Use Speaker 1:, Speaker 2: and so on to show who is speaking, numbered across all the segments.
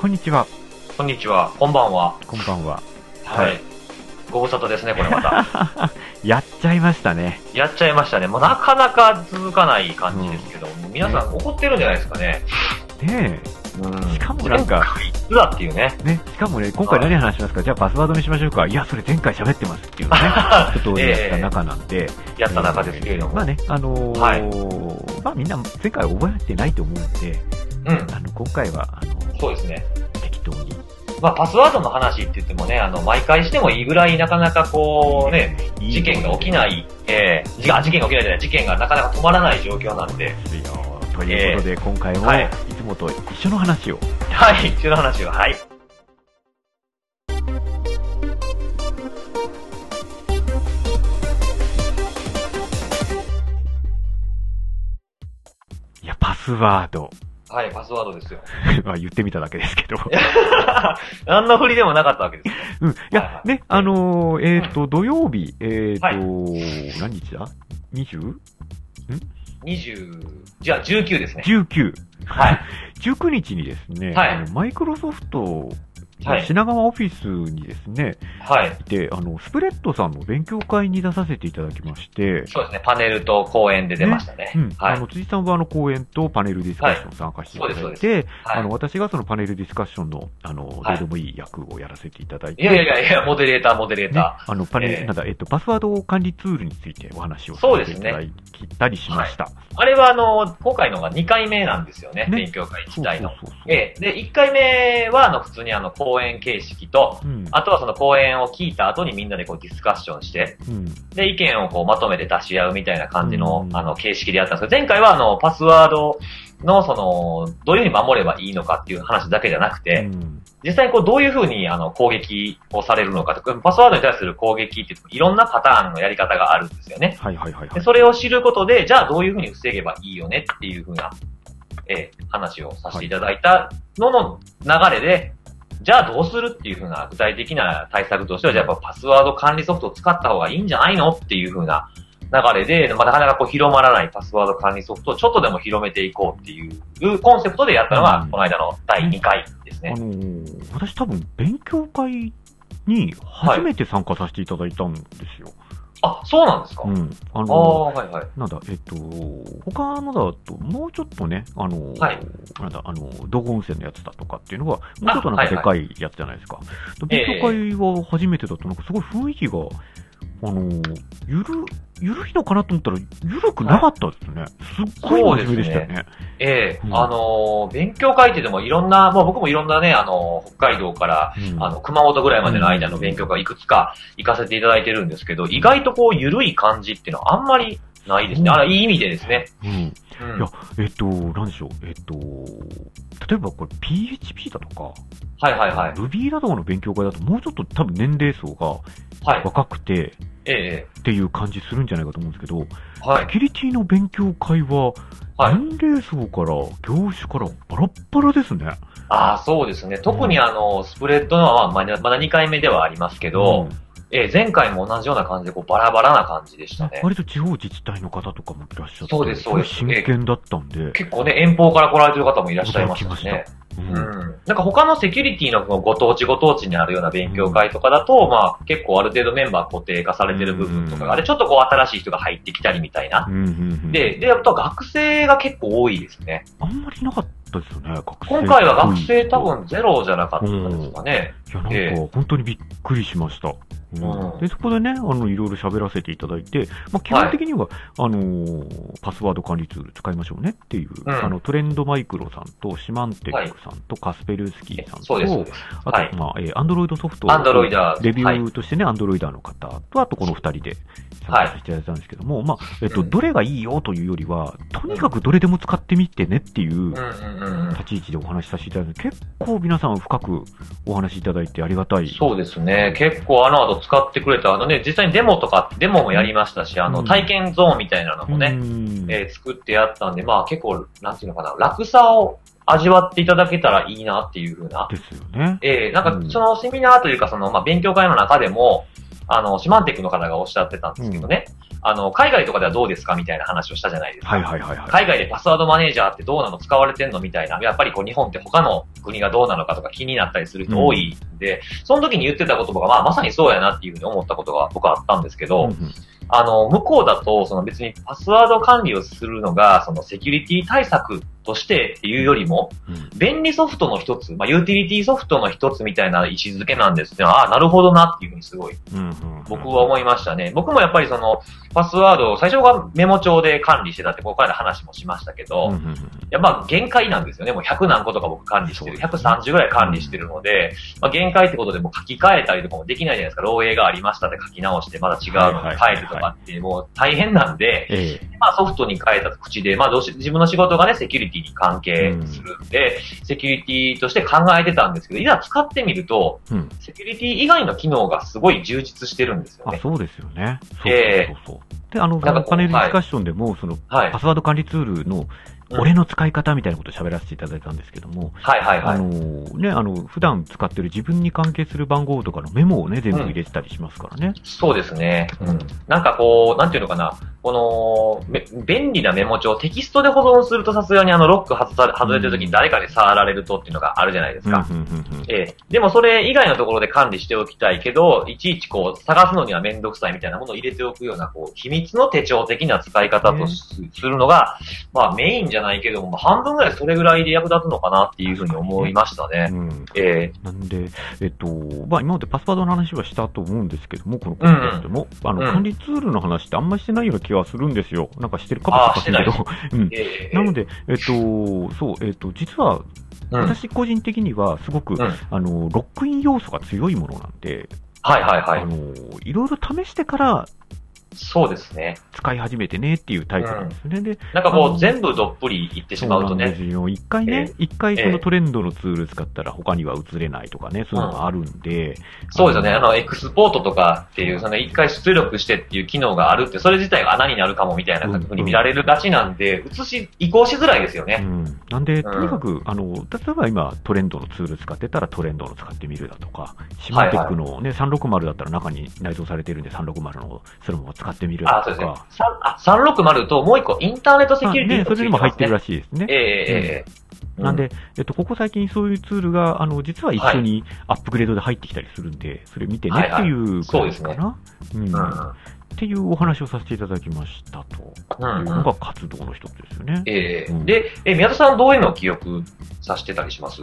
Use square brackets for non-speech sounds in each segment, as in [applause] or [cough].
Speaker 1: こんにちは。
Speaker 2: こんにちは、こんばんは。
Speaker 1: こんばんは。
Speaker 2: はい。
Speaker 1: はい
Speaker 2: ご無沙汰ですね、これまた。 [laughs]
Speaker 1: やっちゃいましたね。
Speaker 2: やっちゃいましたね。もうなかなか続かない感じですけど、もう皆さん怒ってるんじゃないですかね。
Speaker 1: ね
Speaker 2: うん
Speaker 1: え。しかもなんか、
Speaker 2: いつだっていうね。
Speaker 1: ね、しかもね、今回何話しますかじゃあパスワードにしましょうか。いや、それ前回喋ってますっていう
Speaker 2: [laughs]
Speaker 1: ね、ことをやった中なんで。
Speaker 2: やった中ですけれども。
Speaker 1: まあね、あのー
Speaker 2: はい
Speaker 1: まあみんな前回覚えてないと思うんで、
Speaker 2: うん。
Speaker 1: あの、今回は、あの、
Speaker 2: そうですね。
Speaker 1: 適当に。
Speaker 2: まあ、パスワードの話って言ってもね、あの、毎回してもいいぐらいなかなかこうね、
Speaker 1: いい
Speaker 2: 事件が起きない、ええじあ事件が起きないじゃない、事件がなかなか止まらない状況なん
Speaker 1: [laughs]
Speaker 2: で、
Speaker 1: ですよ。ということで、今回も、
Speaker 2: はいい、
Speaker 1: つもと一緒の話を。
Speaker 2: はい、中の話は、はい。
Speaker 1: いや、パスワード。 [laughs]
Speaker 2: はい、パスワードですよ。
Speaker 1: まあ言ってみただけですけど。
Speaker 2: 何の振りでもなかったわけですよ。
Speaker 1: うん。い
Speaker 2: はい
Speaker 1: や
Speaker 2: は、い
Speaker 1: ね、あのー、えっ、と、土曜日、えっ、と、
Speaker 2: は
Speaker 1: 何日だ ?20?19?
Speaker 2: 20、じゃあ19ですね。
Speaker 1: [laughs] はい。19日にですね、
Speaker 2: はい
Speaker 1: あのマイクロソフト、
Speaker 2: はい。
Speaker 1: 品川オフィスにですね、
Speaker 2: はい。
Speaker 1: で、あの、スプレッドさんの勉強会に出させていただきまして、
Speaker 2: そうですね、パネルと講演で出ましたね。
Speaker 1: うん。
Speaker 2: は
Speaker 1: あ
Speaker 2: い
Speaker 1: の、。辻さんはあの、講演とパネルディスカッション参加していただいて、
Speaker 2: はいそうですは
Speaker 1: あの、
Speaker 2: い。
Speaker 1: 私がそのパネルディスカッションの、あの、どうでもいい役をやらせていただいて、
Speaker 2: いやいやいやいや、モデレーター、モデレー
Speaker 1: ね、
Speaker 2: タ
Speaker 1: あの、パネル、
Speaker 2: ええ
Speaker 1: なんだ、えっと、パスワード管理ツールについてお話をさ
Speaker 2: そう
Speaker 1: せて
Speaker 2: で
Speaker 1: い
Speaker 2: す
Speaker 1: た
Speaker 2: ね
Speaker 1: だいたりしました。
Speaker 2: ー。あれはあの、今回のが2回目なんですよね、
Speaker 1: ね
Speaker 2: 勉強会自体の。
Speaker 1: そうそうそう。
Speaker 2: ええ、で、1回目はあの、普通にあの、講演形式と、
Speaker 1: うん。
Speaker 2: あとはその講演を聞いた後にみんなでこうディスカッションして、
Speaker 1: うん。
Speaker 2: で、意見をこうまとめて出し合うみたいな感じの
Speaker 1: う、ん
Speaker 2: あの、形式でやったんですけど、前回はあの、パスワードのその、どういうふうに守ればいいのかっていう話だけじゃなくて、
Speaker 1: うん
Speaker 2: 実際にこうどういうふうにあの攻撃をされるのかとか、パスワードに対する攻撃っていろんなパターンのやり方があるんですよね。
Speaker 1: はいはいはいは
Speaker 2: で
Speaker 1: い。
Speaker 2: それを知ることで、じゃあどういうふうに防げばいいよねっていうふうな、えー話をさせていただいたのの流れで、じゃあどうするっていうふうな具体的な対策としては、じゃあやっぱパスワード管理ソフトを使った方がいいんじゃないのっていうふうな流れで、まあ、なかなかこう広まらないパスワード管理ソフトをちょっとでも広めていこうっていうコンセプトでやったの
Speaker 1: う
Speaker 2: が
Speaker 1: ん、
Speaker 2: この間の第2回です
Speaker 1: あ
Speaker 2: ね。
Speaker 1: のー私多分勉強会に初めて参加させていただいたんですよ。
Speaker 2: あ、そうなんですか
Speaker 1: うん。あ
Speaker 2: あ
Speaker 1: のー
Speaker 2: あ、はいはい。
Speaker 1: なんだ、えっと、他のだと、もうちょっとね、あのー、
Speaker 2: はい
Speaker 1: なんだ、あのー、道後温泉のやつだとかっていうのは、もうちょっとなんか
Speaker 2: あはい
Speaker 1: で
Speaker 2: は
Speaker 1: かいやつじゃないですか。勉強会は初めてだと、なんかすごい雰囲気が、あのー、ゆる、ゆるいのかなと思ったら、ゆるくなかったですね。すっごい真面目でしたよね。
Speaker 2: ええ
Speaker 1: うん
Speaker 2: あのー勉強会ってでもいろんな、まあ僕もいろんなね、あのー北海道から、
Speaker 1: うん
Speaker 2: あの、熊本ぐらいまでの間の勉強会いくつか行かせていただいてるんですけど、意外とこう、ゆるい感じっていうのはあんまりないですね。あら、いい意味でですね。
Speaker 1: うん
Speaker 2: うん
Speaker 1: いやえっと、なんでしょう、えっと、例えばこれ PHP だとか、
Speaker 2: はいはいはい。
Speaker 1: Ruby などの勉強会だと、もうちょっと多分年齢層が
Speaker 2: はい。
Speaker 1: 若くて、
Speaker 2: ええ
Speaker 1: っていう感じするんじゃないかと思うんですけど、
Speaker 2: は
Speaker 1: セ
Speaker 2: い。
Speaker 1: キュリティの勉強会は、
Speaker 2: はい。
Speaker 1: 年齢層から業種からバラッバラですね。
Speaker 2: ああ、そうですね。特にあの、スプレッドのは、まあまだ2回目ではありますけど、
Speaker 1: うん
Speaker 2: ええ前回も同じような感じで、こう、バラバラな感じでしたね。
Speaker 1: 割と地方自治体の方とかもいらっしゃって、
Speaker 2: そうですそうです
Speaker 1: ごい真剣だったんで、
Speaker 2: 結構ね、遠方から来られてる方もいらっしゃいました
Speaker 1: 驚き
Speaker 2: し
Speaker 1: ました
Speaker 2: ね。
Speaker 1: うん
Speaker 2: うんなんか他のセキュリティのこのご当地ご当地にあるような勉強会とかだと、まあ結構ある程度メンバー固定化されてる部分とか
Speaker 1: うん
Speaker 2: が、あれちょっとこう新しい人が入ってきたりみたいな。
Speaker 1: うんうんうん
Speaker 2: で、で、あとは学生が結構多いですね。
Speaker 1: あんまりなかったですよね、学生。
Speaker 2: 今回は学生多。分ゼロじゃなかったですかね。
Speaker 1: いや、なん
Speaker 2: え
Speaker 1: か、本当にびっくりしました。うん
Speaker 2: うん
Speaker 1: で、そこでね、あの、いろいろ喋らせていただいて、まあ、基本的には、あのーパスワード管理ツール使いましょうねっていう、
Speaker 2: うん
Speaker 1: あの、トレンドマイクロさんと、シマンテックさんと、カスペルスキーさんと、
Speaker 2: そうです、そうです。
Speaker 1: あと、
Speaker 2: はい
Speaker 1: まあ、えーアンドロイドソフトを
Speaker 2: アンドロイダー。
Speaker 1: レビ
Speaker 2: はい
Speaker 1: ューとしてね、アンドロイダーの方と、あとこの二人で参加していただいたんですけども、まあ、えっと、
Speaker 2: うん
Speaker 1: どれがいいよというよりは、とにかくどれでも使ってみてねっていう
Speaker 2: うんうんうんうん
Speaker 1: 立ち位置でお話しさせていただいて、結構皆さん深くお話しいただいてありがたい。
Speaker 2: そうですね。結構あの後使ってくれた、あのね、実際にデモとか、デモもやりましたし、あ
Speaker 1: う
Speaker 2: の
Speaker 1: ん
Speaker 2: 体験ゾーンみたいなのもね、
Speaker 1: うん
Speaker 2: えー作ってやったんで、まあ結構、なんていうのかな、楽さを味わっていただけたらいいなっていうふうな。
Speaker 1: ですよね。
Speaker 2: えーなん
Speaker 1: うん
Speaker 2: かそのセミナーというかその、まあ勉強会の中でも、あの、シマンテックの方がおっしゃってたんですけどね。あの、海外とかではどうですかみたいな話をしたじゃないですか。
Speaker 1: はいはいはいはい。
Speaker 2: 海外でパスワードマネージャーってどうなの使われてんのみたいな。やっぱりこう日本って他の国がどうなのかとか気になったりする人多いんで、その時に言ってた言葉が、まあまさにそうやなっていうふうに思ったことが僕はあったんですけど、
Speaker 1: うんうん
Speaker 2: あの、向こうだと、その別にパスワード管理をするのが、そのセキュリティ対策としてっていうよりも、
Speaker 1: うん
Speaker 2: 便利ソフトの一つ、まあユーティリティソフトの一つみたいな位置づけなんですね。ああ、なるほどなっていうふうにすごい
Speaker 1: うんうんうん
Speaker 2: 僕は思いましたね。僕もやっぱりその、パスワードを最初がメモ帳で管理してたって、ここから話もしましたけど、
Speaker 1: うん
Speaker 2: い
Speaker 1: うんうん
Speaker 2: やまあ限界なんですよね。もう100何個とか僕管理してる。
Speaker 1: そうです
Speaker 2: 130ぐらい管理してるので、まあ限界ってことでもう書き換えたりとかもできないじゃないですか。漏洩がありましたって書き直して、まだ違うのに変えるとかって、もう大変なんで、
Speaker 1: え
Speaker 2: まあソフトに変えた口で、まあどうし、自分の仕事がね、セキュリティに関係するんで、セキュリティとして考えてたんですけど、いざ使ってみると、
Speaker 1: え。うん。
Speaker 2: セキュリティ以外の機能がすごい充実してるんですよ
Speaker 1: あ、
Speaker 2: ね。
Speaker 1: そうですよね。そう
Speaker 2: ええ
Speaker 1: そうそうそう。で、あの、
Speaker 2: なんかこう
Speaker 1: パネルディスカッションでも、その、
Speaker 2: はい。
Speaker 1: パスワード管理ツールの、
Speaker 2: うん
Speaker 1: 俺の使い方みたいなことを喋らせていただいたんですけども、
Speaker 2: はいはいは
Speaker 1: あ
Speaker 2: い。
Speaker 1: のーね、あの、普段使ってる自分に関係する番号とかのメモをね、全部入れてたりしますからね。
Speaker 2: そうですね。
Speaker 1: う
Speaker 2: うんん。なんかこう、なんていうのかな。この、め便利なメモ帳、テキストで保存するとさすがにあのロック外さ外れてる時に誰かに触られるとっていうのがあるじゃないです
Speaker 1: うん、うん
Speaker 2: か。、
Speaker 1: うんうん。
Speaker 2: ええ。でもそれ以外のところで管理しておきたいけど、いちいちこう、探すのにはめんどくさいみたいなものを入れておくような、こう、秘密の手帳的な使い方とすするのが、まあメインじゃないけども、まあ半分ぐらいそれぐらいで役立つのかなっていうふうに思いましたね。
Speaker 1: うん
Speaker 2: ええ。
Speaker 1: なんで、えっと、まあ、今までパスワードの話はしたと思うんですけども、このコンテストでも、あの、
Speaker 2: うん
Speaker 1: 管理ツールの話ってあんまりしてないような気はするんですよ。なんかしてるかもしれないけど。うん。
Speaker 2: え
Speaker 1: [laughs]
Speaker 2: え
Speaker 1: なので、えっと、そう、えっと、実は、
Speaker 2: うん。はい
Speaker 1: 私個人的には、すごく、
Speaker 2: ん
Speaker 1: あの、ロックイン要素が強いものなんで、
Speaker 2: はいはい
Speaker 1: あ。の、いろいろ試してから
Speaker 2: そうですね。
Speaker 1: 使い始めてねっていうタイプなんですね。で、
Speaker 2: なんかもう全部どっぷりいってしまう
Speaker 1: そ
Speaker 2: と
Speaker 1: うなんで
Speaker 2: ね。
Speaker 1: すよ。一回ね、一回そ
Speaker 2: え
Speaker 1: の
Speaker 2: え
Speaker 1: トレンドのツール使ったら他には映れないとかね、そういうのがあるんで、
Speaker 2: そうですよね。あの、エクスポートとかっていう、その一回出力してっていう機能があるって、それ自体が穴になるかもみたいなふうに見られるがちなんで、移し、移行しづらいですよ
Speaker 1: う
Speaker 2: ね。
Speaker 1: ん、なんで、
Speaker 2: ん
Speaker 1: とにかく、あの、例えば今、トレンドのツール使ってたらトレンドの使ってみるだとか、シマテックのね、360だったら中に内蔵されてるんで、360のそれも使ってみる
Speaker 2: あ
Speaker 1: だ、
Speaker 2: そう
Speaker 1: と
Speaker 2: ですね
Speaker 1: か、。
Speaker 2: さあ360ともう一個、インターネットセ
Speaker 1: まあ
Speaker 2: キュリティ
Speaker 1: ね、それにも入ってる
Speaker 2: ら
Speaker 1: らしいですね。
Speaker 2: ええええええ。
Speaker 1: なんで、えっと、ここ最近そういうツールが、あの、実は一緒にアップグレードで入ってきたりするんで、それ見てね
Speaker 2: はい
Speaker 1: っ
Speaker 2: はい
Speaker 1: ていう
Speaker 2: そう
Speaker 1: 感
Speaker 2: で
Speaker 1: じ
Speaker 2: す
Speaker 1: か
Speaker 2: ね
Speaker 1: な。うん。
Speaker 2: うん、
Speaker 1: っ
Speaker 2: う
Speaker 1: ていうお話をさせていただきましたと。
Speaker 2: ん。
Speaker 1: いう
Speaker 2: う
Speaker 1: の
Speaker 2: ん
Speaker 1: が活動の一つですよね。
Speaker 2: ええ
Speaker 1: うん
Speaker 2: で、え、宮田さんどういうのを記憶させてたりします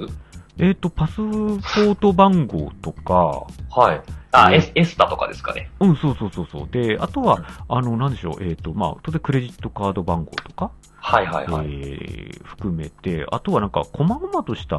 Speaker 1: えっと、パスポート番号とか、
Speaker 2: はい。あ、
Speaker 1: うん
Speaker 2: エスエスタとかですかね。
Speaker 1: うん、そうそうそうそう。で、あとは、あの、なんでしょう、えっ、と、まあ、当然クレジットカード番号とか、
Speaker 2: はいはいはい。
Speaker 1: えー含めて、あとはなんか、細々とした、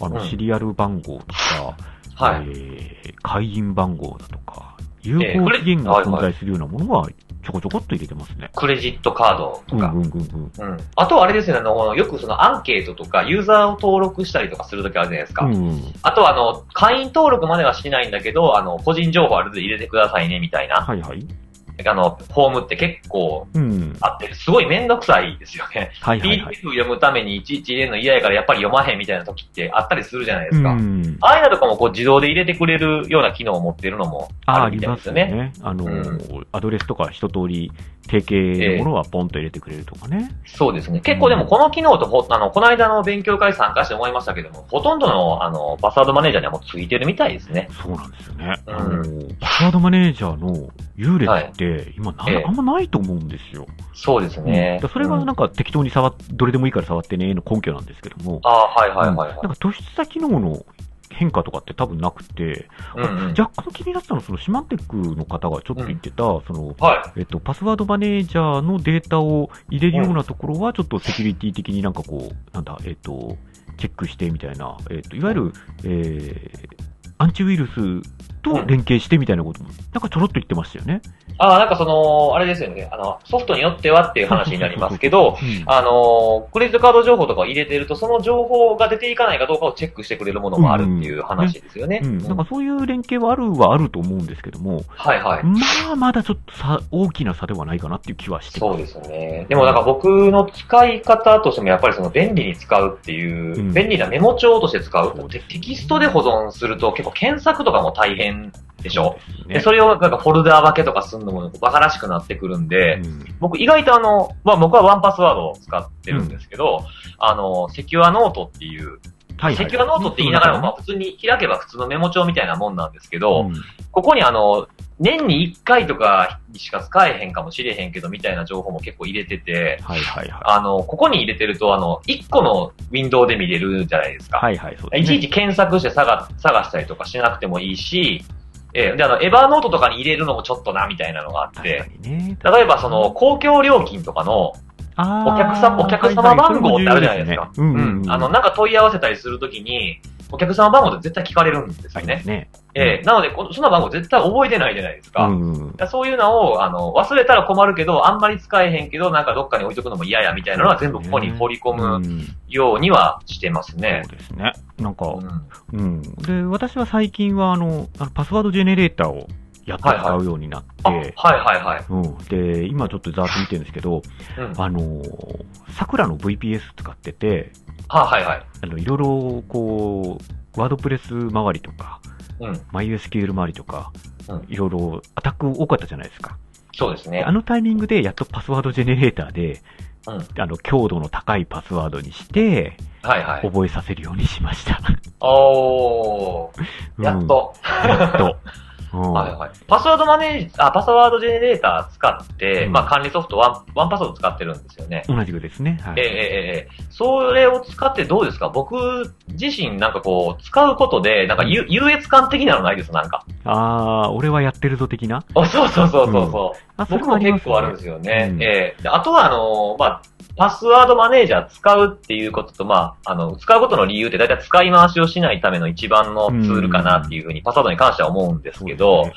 Speaker 1: あの、
Speaker 2: うん
Speaker 1: シリアル番号とか、
Speaker 2: はい。
Speaker 1: えー会員番号だとか、有
Speaker 2: えー
Speaker 1: 効
Speaker 2: これ
Speaker 1: 期限が
Speaker 2: はいはい
Speaker 1: 存在するようなものは、ちょこちょこっと入れてますね。
Speaker 2: クレジットカード
Speaker 1: う
Speaker 2: と
Speaker 1: んう
Speaker 2: か。
Speaker 1: んうんうん。
Speaker 2: うん。あとはあれですよね、あの、よくそのアンケートとか、ユーザーを登録したりとかするときあるじゃないですか。
Speaker 1: うんうん。
Speaker 2: あとはあの、会員登録まではしないんだけど、あの、個人情報ある程度入れてくださいね、みたいな。
Speaker 1: はいはい。
Speaker 2: あの、フォームって結構
Speaker 1: うん。
Speaker 2: あって、すごいめんどくさいですよね。
Speaker 1: はいはい
Speaker 2: PDF
Speaker 1: はい。
Speaker 2: 読むためにいちいち入れるの嫌やからやっぱり読まへんみたいな時ってあったりするじゃないで
Speaker 1: う
Speaker 2: すか。
Speaker 1: ん。
Speaker 2: ああいうのとかもこう自動で入れてくれるような機能を持ってるのも
Speaker 1: あ
Speaker 2: あ
Speaker 1: あ
Speaker 2: る
Speaker 1: り
Speaker 2: みたい
Speaker 1: ま
Speaker 2: ですす
Speaker 1: よ
Speaker 2: よね。
Speaker 1: ね。あの、アドレスとか一通り定型のものはポンと入れてくれるとかね。
Speaker 2: そうですね。結構でもこの機能とほ、あの、この間の勉強会参加して思いましたけども、ほとんどの、あの、パスワードマネージャーにはもうついてるみたいですね。
Speaker 1: そうなんですよね。
Speaker 2: うん
Speaker 1: あの、パスワードマネージャーの優劣って、今な、
Speaker 2: ええ
Speaker 1: あんまないと思うんですよ。
Speaker 2: そうですね。
Speaker 1: うんそれが
Speaker 2: うん
Speaker 1: なんか適当に触っ、どれでもいいから触ってね、の根拠なんですけども。
Speaker 2: ああ、はいはいはい、
Speaker 1: うん
Speaker 2: はい
Speaker 1: なんか突出した機能の変化とかって多分なくて、
Speaker 2: うんうん。
Speaker 1: 若干気になったのは、そのシマテックの方がちょっと言ってた、その、
Speaker 2: は
Speaker 1: えっと、パスワードマネージャーのデータを入れるようなところは、ちょっとセキュリティ的になんかこう、なんだ、えっと、チェックしてみたいな、えっと、いわゆる、えー、アンチウイルスと連携してみたいなことも、なんかちょろっと言ってましたよね。
Speaker 2: い。ああ、なんかその、あれですよね。あの、ソフトによってはっていう話になります
Speaker 1: [laughs]
Speaker 2: け [laughs] ど、
Speaker 1: うん
Speaker 2: あの、クレジットカード情報とかを入れてると、その情報が出ていかないかどうかをチェックしてくれるものもあるっていう話ですよね。
Speaker 1: うん、
Speaker 2: う
Speaker 1: なん
Speaker 2: ん
Speaker 1: かそういう連携はあるはあると思うんですけども、
Speaker 2: はいはい。
Speaker 1: まあ、まだちょっとさ大きな差ではないかなっていう気はして
Speaker 2: そうですね。でもなんか僕の使い方としてもやっぱりその便利に使うっていう、
Speaker 1: うん
Speaker 2: 便利なメモ帳として使
Speaker 1: そう
Speaker 2: う
Speaker 1: です
Speaker 2: テ。テキストで保存すると結構検索とかも大変でしょ。
Speaker 1: そう
Speaker 2: で
Speaker 1: です
Speaker 2: それをなんかフォルダー分けとかするのも馬鹿らしくなってくるんで、
Speaker 1: ね。
Speaker 2: 僕意外とあの、まあ僕はワンパスワードを使ってるんですけど、あの、セキュアノートっていう、
Speaker 1: はいはい
Speaker 2: セキュアノートって言いながらも、まあ普通に開けば普通のメモ帳みたいなもんなんですけど、
Speaker 1: うん
Speaker 2: ここにあの、年に1回とかしか使えへんかもしれへんけど、みたいな情報も結構入れてて、
Speaker 1: はいはいはい。
Speaker 2: あの、ここに入れてると、あの、1個のウィンドウで見れるじゃないですか。
Speaker 1: はいはい、そうで
Speaker 2: い
Speaker 1: す
Speaker 2: ち
Speaker 1: ね
Speaker 2: いち検索して探探したりとかしなくてもいいし、えーで、あの、エバーノートとかに入れるのもちょっとな、みたいなのがあっ
Speaker 1: 確か
Speaker 2: て、
Speaker 1: にね。
Speaker 2: 例えばその、公共料金とかの、
Speaker 1: あー
Speaker 2: お客さん、お客様番号ってあるじゃないですか。
Speaker 1: はいはいそれも重要ねうん、
Speaker 2: うん。あの、なんか問い合わせたりするときに、お客様番号って絶対聞かれるんです
Speaker 1: あ
Speaker 2: よ
Speaker 1: りま
Speaker 2: ね
Speaker 1: す。ね。
Speaker 2: ええなので、このその番号絶対覚えてないじゃないですか。
Speaker 1: うん。
Speaker 2: そういうのを、あの、忘れたら困るけど、あんまり使えへんけど、なんかどっかに置いとくのも嫌や、みたいなのは全部ここに放り込
Speaker 1: う
Speaker 2: む
Speaker 1: ん
Speaker 2: ようにはしてますね
Speaker 1: そ。うですね。なんか、
Speaker 2: うん
Speaker 1: うん。で、私は最近は、あの、あのパスワードジェネレーターをやっと使うようになって、
Speaker 2: あ、はいはいはい。
Speaker 1: うん、で、今ちょっとざーっと見てるんですけど、
Speaker 2: うん。
Speaker 1: あのー、桜の VPS 使ってて、
Speaker 2: ははいはい。
Speaker 1: あの、いろいろ、こう、ワードプレス周りとか、
Speaker 2: うん。
Speaker 1: MySQL 周りとか
Speaker 2: うん、
Speaker 1: いろいろアタック多かったじゃないですか。
Speaker 2: そうです
Speaker 1: で
Speaker 2: ね
Speaker 1: あ。のタイミングでやっとパスワードジェネレーターで、
Speaker 2: う
Speaker 1: あの、強度の高いパスワードにして、
Speaker 2: はいはい。
Speaker 1: 覚えさせるようにしました。
Speaker 2: おー、
Speaker 1: うん
Speaker 2: [laughs] やっ。と。
Speaker 1: やっと。うん
Speaker 2: はいはい。パスワードマネージ、あ、パスワードジェネレーター使って、
Speaker 1: うん
Speaker 2: まあ管理ソフトワン、ワンパスワード使ってるんですよね。
Speaker 1: 同じくですね。は
Speaker 2: えええ
Speaker 1: い。
Speaker 2: えええそれを使ってどうですか僕自身なんかこう、使うことで、なんか優優越感的なのないですなんか。
Speaker 1: あー、俺はやってるぞ的な。
Speaker 2: あそうそうそうそうそう。
Speaker 1: あ、それ
Speaker 2: 僕も
Speaker 1: あります。
Speaker 2: 結構あるんですすよね。
Speaker 1: うん
Speaker 2: ええであとは、あのーまあ、パスワードマネージャー使うっていうことと、まあ、あの、使うことの理由って大体使い回しをしないための一番のツールかなっていうふうに、パスワードに関しては思うんですけど、
Speaker 1: そうで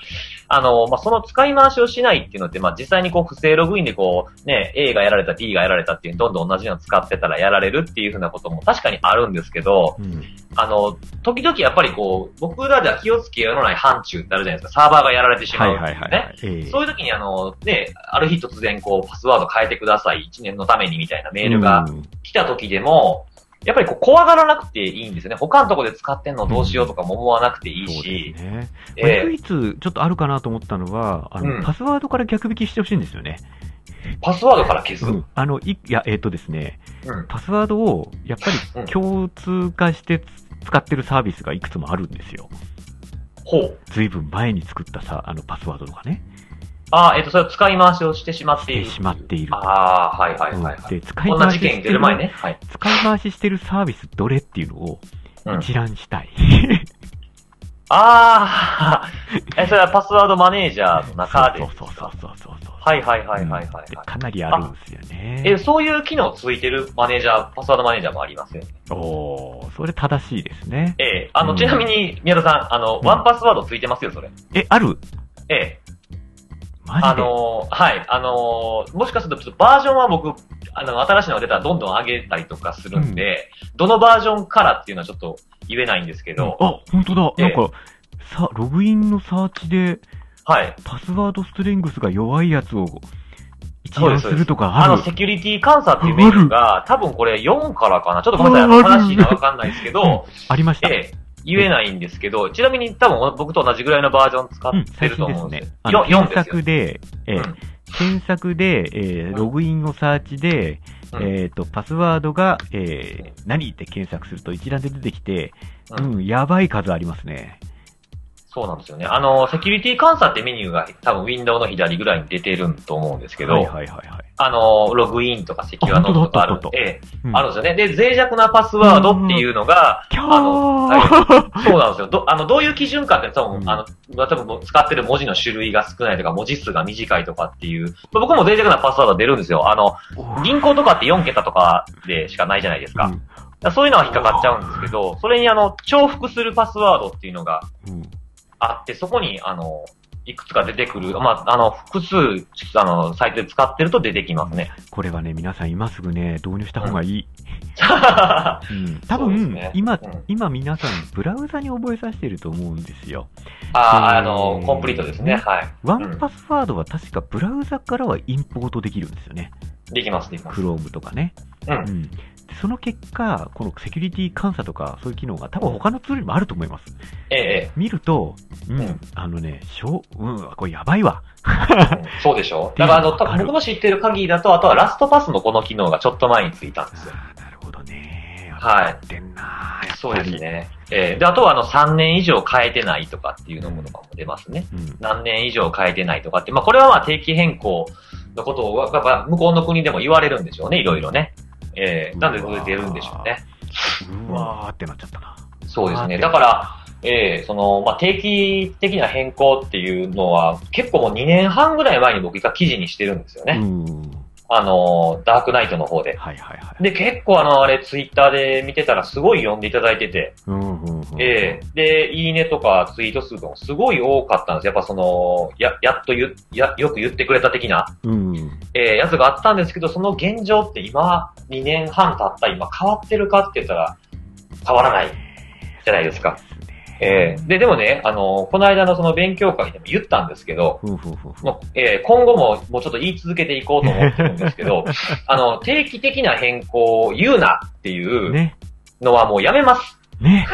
Speaker 2: あのーまあ、その使い回しをしないっていうのって、まあ、実際にこう、不正ログインでこう、ね、A がやられた、B がやられたっていう、どんどん同じの使ってたらやられるっていうふうなことも確かにあるんですけど、
Speaker 1: すね
Speaker 2: あの、時々やっぱりこう、僕らでは気をつけようのない範疇ってあるじゃないですか。サーバーがやられてし
Speaker 1: うん。
Speaker 2: ま
Speaker 1: は
Speaker 2: う
Speaker 1: い
Speaker 2: っていうね。
Speaker 1: はいはい。ええ
Speaker 2: そういう時にあの、ね、ある日突然こう、パスワード変えてください、1年のためにみたいなメールが
Speaker 1: うん
Speaker 2: 来た時でも、やっぱりこう、怖がらなくていいんですよね。他のとこで使ってんのどうしようとかも思わなくていい
Speaker 1: そう
Speaker 2: し
Speaker 1: で、すね。まあ
Speaker 2: え
Speaker 1: 唯一、ちょっとあるかなと思ったのは、あ
Speaker 2: うん
Speaker 1: の、パスワードから逆引きしてほしいんですよね。
Speaker 2: ーパスワードから消す。うん。
Speaker 1: あの、い、いや、えっとですね、パスワードを、やっぱ
Speaker 2: うん
Speaker 1: り共通化してつ使ってるサービスがいくつもあるんですよ。
Speaker 2: ほう。
Speaker 1: ずいぶん前に作ったさ、あの、パスワードとかね。
Speaker 2: ああ、えっ、と、それを使い回しをしてしまっ
Speaker 1: して
Speaker 2: い
Speaker 1: て
Speaker 2: る。
Speaker 1: しまっている。
Speaker 2: ああ、はいはいはい、
Speaker 1: うん
Speaker 2: はい。
Speaker 1: で、使い
Speaker 2: こんな
Speaker 1: 回
Speaker 2: 事
Speaker 1: しして
Speaker 2: 件
Speaker 1: る。
Speaker 2: 出る前ね。はい。
Speaker 1: 使い回ししてるサービスどれっていうのを
Speaker 2: うん
Speaker 1: 一覧したい。
Speaker 2: ああ、え、それはパスワード [laughs] マネージャーの中で。
Speaker 1: そうそうそうそうそうそう。
Speaker 2: はいはいはいはいはい、はい
Speaker 1: で。かなりあるんですよね。
Speaker 2: え、そういう機能ついてるマネージャー、パスワードマネージャーもありますよね。
Speaker 1: おー、それ正しいですね。
Speaker 2: ええあの、
Speaker 1: うん
Speaker 2: ちなみに、宮田さん、あの、
Speaker 1: うん
Speaker 2: ワンパスワードついてますよ、それ。
Speaker 1: え、ある
Speaker 2: ええ
Speaker 1: マジで
Speaker 2: あのーはい、あのーもしかすると、ちょっとバージョンは僕、あの、新しいのが出たらどんどん上げたりとかするんで、どのバージョンからっていうのはちょっと言えないんですけど、
Speaker 1: あ、本当だ。
Speaker 2: ええ
Speaker 1: なんか、さ、ログインのサーチで、
Speaker 2: はい。
Speaker 1: パスワードストレングスが弱いやつを一
Speaker 2: そうで
Speaker 1: 覧
Speaker 2: す
Speaker 1: す
Speaker 2: そうです
Speaker 1: るとか
Speaker 2: あ
Speaker 1: あ
Speaker 2: の、
Speaker 1: る。
Speaker 2: セキュリティ監査っていうメニューが、多分これ4からかな。ちょっとごめんなさい、あの
Speaker 1: ある
Speaker 2: 正しいのはわかんないですけど、
Speaker 1: ありました。
Speaker 2: ええ、言えないんですけど、ちなみに多分僕と同じぐらいのバージョン使
Speaker 1: うん、
Speaker 2: って
Speaker 1: 最
Speaker 2: る
Speaker 1: 新で
Speaker 2: と思
Speaker 1: す
Speaker 2: うんです
Speaker 1: ね
Speaker 2: よ。。
Speaker 1: あの、
Speaker 2: よ4
Speaker 1: 検
Speaker 2: ですよ
Speaker 1: 索。で、ええ
Speaker 2: うん
Speaker 1: 検索で、え
Speaker 2: うん
Speaker 1: ー、ログインをサーチで、
Speaker 2: うん
Speaker 1: えっ、と、パスワードが、えー、何って検索すると一覧で出てきて、
Speaker 2: う
Speaker 1: うんん、やばい数ありますね。
Speaker 2: そうなんですよね。あの、セキュリティ監査ってメニューが多分 Windows の左ぐらいに出てると思うんですけど、
Speaker 1: はいはいはいはい。
Speaker 2: あの、ログインとかセキュアノートとかあるん
Speaker 1: あ本当だ
Speaker 2: で、ええ
Speaker 1: うん
Speaker 2: あるんですよね。で、脆弱なパスワードっていうのが、
Speaker 1: キャー
Speaker 2: あのはいそうなんですよ。どあのどういう基準かって多分、
Speaker 1: うん
Speaker 2: あの、多分使ってる文字の種類が少ないとか、文字数が短いとかっていう、僕も脆弱なパスワード出るんですよ。あの、銀行とかって4桁とかでしかないじゃないですか。
Speaker 1: うん
Speaker 2: だからそういうのは引っかかっちゃうんですけど、それにあの、重複するパスワードっていうのが
Speaker 1: うん
Speaker 2: あって、そこにあの、いくつか出てくる、まあ、あの、複数、あの、サイトで使ってると出てきますね。
Speaker 1: これはね、皆さん今すぐね、導入した方がいい。
Speaker 2: は
Speaker 1: うん、 [laughs] 多
Speaker 2: そうです
Speaker 1: 分、
Speaker 2: ね
Speaker 1: 今
Speaker 2: うん、
Speaker 1: 今皆さん、ブラウザに覚えさせてると思うんですよ。
Speaker 2: ああの、コンプリートですね。はい。
Speaker 1: ワンパスワードは確かブラウザからはインポートできるんですよね。
Speaker 2: できます、できます。
Speaker 1: Chrome とかね。
Speaker 2: うん
Speaker 1: ん。でその結果、このセキュリティ監査とか、そういう機能が多分他のツールにもあると思います。
Speaker 2: ええ、
Speaker 1: 見ると、うん、
Speaker 2: うん
Speaker 1: あのね、しょう、うん、これやばいわ。
Speaker 2: うんそうでしょ
Speaker 1: [laughs]
Speaker 2: だからあの、多
Speaker 1: わかる
Speaker 2: 分僕の知ってる限りだと、あとはラストパスのこの機能がちょっと前についたんですよ。
Speaker 1: あーなるほどね。
Speaker 2: はい
Speaker 1: やってんなやっぱり
Speaker 2: そうですね。ええ、で、あとはあの、3年以上変えてないとかっていうのものも出ますね。
Speaker 1: うん。
Speaker 2: 何年以上変えてないとかって、まあこれはまあ定期変更のことを、やっぱ向こうの国でも言われるんでしょうね、いろいろね。ええ、なんでそれ出るんでしょうね。
Speaker 1: うわーってなっちゃったな。
Speaker 2: そうですね。だから、ええその、まあ、定期的な変更っていうのは、結構もう2年半ぐらい前に僕が記事にしてるんですよね。
Speaker 1: うん。
Speaker 2: あの、ダークナイトの方で。
Speaker 1: はいはいはい。
Speaker 2: で、結構あの、あれ、ツイッターで見てたらすごい読んでいただいてて、
Speaker 1: うんうんうん。
Speaker 2: ええで、いいねとかツイート数とかもすごい多かったんです。やっぱその、や、やっとゆや、よく言ってくれた的な、
Speaker 1: うん。
Speaker 2: ええやつがあったんですけど、その現状って今、2年半経った今変わってるかって言ったら、変わらないじゃないです
Speaker 1: そう
Speaker 2: か。
Speaker 1: ですね。
Speaker 2: ええで、でもね、あの、この間のその勉強会でも言ったんですけど、
Speaker 1: ふんふんふんふん。
Speaker 2: もうえー今後ももうちょっと言い続けていこうと思ってるんですけ [laughs] ど、あの、定期的な変更を言うなっていう
Speaker 1: ね。
Speaker 2: のはもうやめます。
Speaker 1: ね。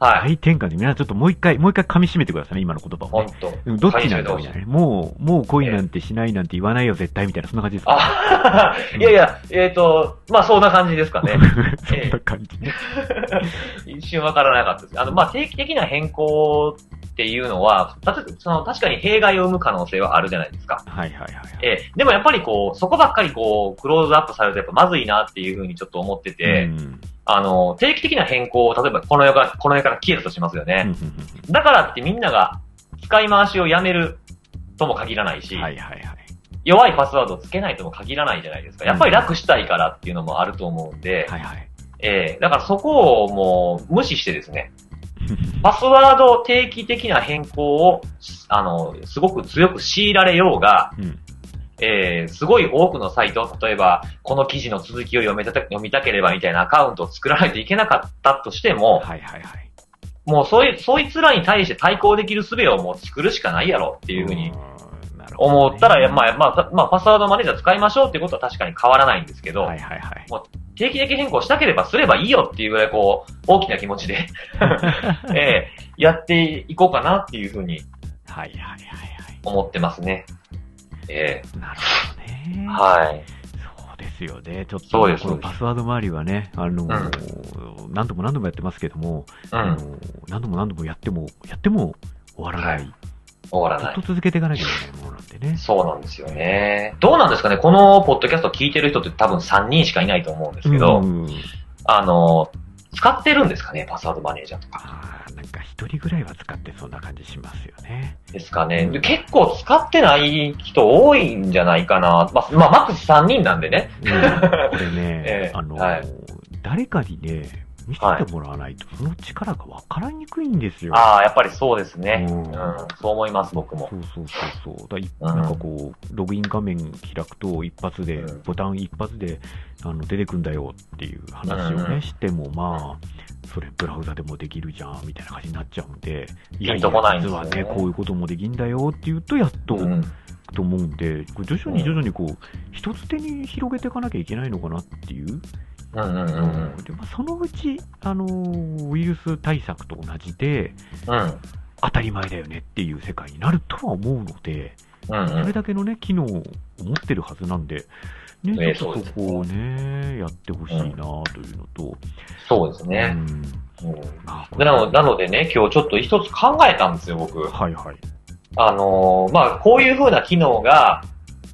Speaker 2: はい。
Speaker 1: 大転換で皆さんちょっともう一回、もう一回噛み締めてくださいね、今の言葉を
Speaker 2: 本
Speaker 1: ね。
Speaker 2: 当。
Speaker 1: うんどっちなんだろうみたい
Speaker 2: 噛み締めてほし
Speaker 1: な
Speaker 2: い
Speaker 1: ね。もう、もう恋なんてしないなんて言わないよ、絶対みたいな、そんな感じですか
Speaker 2: あ、いやいや、えっ、と、まあそんな感じですかね。
Speaker 1: [laughs] そんな感じね。
Speaker 2: 一瞬わからなかったです。あの、まあ定期的な変更っていうのは、たとその確かに弊害を生む可能性はあるじゃないですか。
Speaker 1: はいはいはいはい。
Speaker 2: えーでもやっぱりこう、そこばっかりこう、クローズアップされるとやっぱまずいなっていうふうにちょっと思ってて、
Speaker 1: うんうん
Speaker 2: あの、定期的な変更を、例えばこの世から、この世から消えたとしますよ
Speaker 1: うん
Speaker 2: ね。
Speaker 1: う
Speaker 2: だからってみんなが使い回しをやめるとも限らないし、
Speaker 1: んはいはいはい。
Speaker 2: 弱いパスワードをつけないとも限らないじゃないですか。やっぱり楽したいからっていうのもあると思うんで、
Speaker 1: はいはい。
Speaker 2: えーだからそこをもう無視してですね、
Speaker 1: [laughs]
Speaker 2: パスワードを定期的な変更を、あの、すごく強く強いられようが、
Speaker 1: うん
Speaker 2: えーすごい多くのサイト、例えば、この記事の続きを読めたた、読みたければみたいなアカウントを作らないといけなかったとしても、
Speaker 1: はいはいはい。
Speaker 2: もうそういう、そいつらに対して対抗できる術をもう作るしかないやろっていうふうに
Speaker 1: うん、なるほどね
Speaker 2: 思ったら、まあ、まあ、たまあ、パスワードマネージャー使いましょうっていうことは確かに変わらないんですけど、
Speaker 1: はいはいはい。
Speaker 2: 定期的変更したければすればいいよっていうぐらいこう、大きな気持ちで、 [laughs] えーやっていこうかなっていうふうに
Speaker 1: はいはいはいはい。
Speaker 2: 思ってますね。え
Speaker 1: なるほどね。
Speaker 2: ーはい。
Speaker 1: そうですよね。ちょっと、
Speaker 2: そうです
Speaker 1: このパスワード周りはね、あのー何度も何度もやってますけども、
Speaker 2: う
Speaker 1: あの
Speaker 2: ん。
Speaker 1: ー何度も何度もやっても、やっても終わらない。
Speaker 2: 終わら
Speaker 1: ず
Speaker 2: な
Speaker 1: っ
Speaker 2: い
Speaker 1: と。続けていかなきゃいけないものなんでね。
Speaker 2: そうなんですよね。どうなんですかねこのポッドキャスト聞いてる人って多分3人しかいないと思うんですけ
Speaker 1: う
Speaker 2: ど、
Speaker 1: ん
Speaker 2: あの、使ってるんですかねパスワードマネージャーとか。
Speaker 1: あーなんか一人ぐらいは使ってそんな感じしますよね。
Speaker 2: ですかね。
Speaker 1: うん
Speaker 2: 結構使ってない人多いんじゃないかな。まあ、まあ、マックス3人なんでね。
Speaker 1: うんこれ
Speaker 2: [laughs] え
Speaker 1: ね、
Speaker 2: え
Speaker 1: あのー
Speaker 2: はい
Speaker 1: 誰かにね、見せてもらわないと、その力がわからにくいんですよ。
Speaker 2: ああ、やっぱりそうですね。
Speaker 1: うん
Speaker 2: うん、そう思います、僕も
Speaker 1: そ。うそうそうそう。だい
Speaker 2: うん
Speaker 1: なんかこう、ログイン画面開くと、一発で、
Speaker 2: うん
Speaker 1: ボタン一発であの出てくんだよっていう話を
Speaker 2: うんうん
Speaker 1: ね、しても、まあ、それブラウザでもできるじゃん、みたいな感じになっちゃうんで、いやい
Speaker 2: ピンとこ
Speaker 1: や、
Speaker 2: ないんで
Speaker 1: 実
Speaker 2: すよ
Speaker 1: は
Speaker 2: ね
Speaker 1: ね、こういうこともできんだよって言うと、やっと、
Speaker 2: うん、
Speaker 1: と思うんで、こう徐々に
Speaker 2: うん
Speaker 1: 徐々にこう、一つ手に広げていかなきゃいけないのかなっていう。
Speaker 2: うん、うん、うんうん。
Speaker 1: でまあ、そのうち、あのーウイルス対策と同じで、
Speaker 2: うん、
Speaker 1: 当たり前だよねっていう世界になるとは思うので、
Speaker 2: うん、う
Speaker 1: それ
Speaker 2: ん。
Speaker 1: だけのね、機能を持ってるはずなんで、
Speaker 2: ね
Speaker 1: ね、ちょっと
Speaker 2: そうです
Speaker 1: そこをね、やってほしいなというのと、
Speaker 2: そうです
Speaker 1: う
Speaker 2: ね。
Speaker 1: ん
Speaker 2: うん
Speaker 1: まあこ
Speaker 2: で
Speaker 1: れ
Speaker 2: なのなのでね、今日ちょっと一つ考えたんですよ、僕。
Speaker 1: はいはい。
Speaker 2: あのーまあ、こういう風な機能が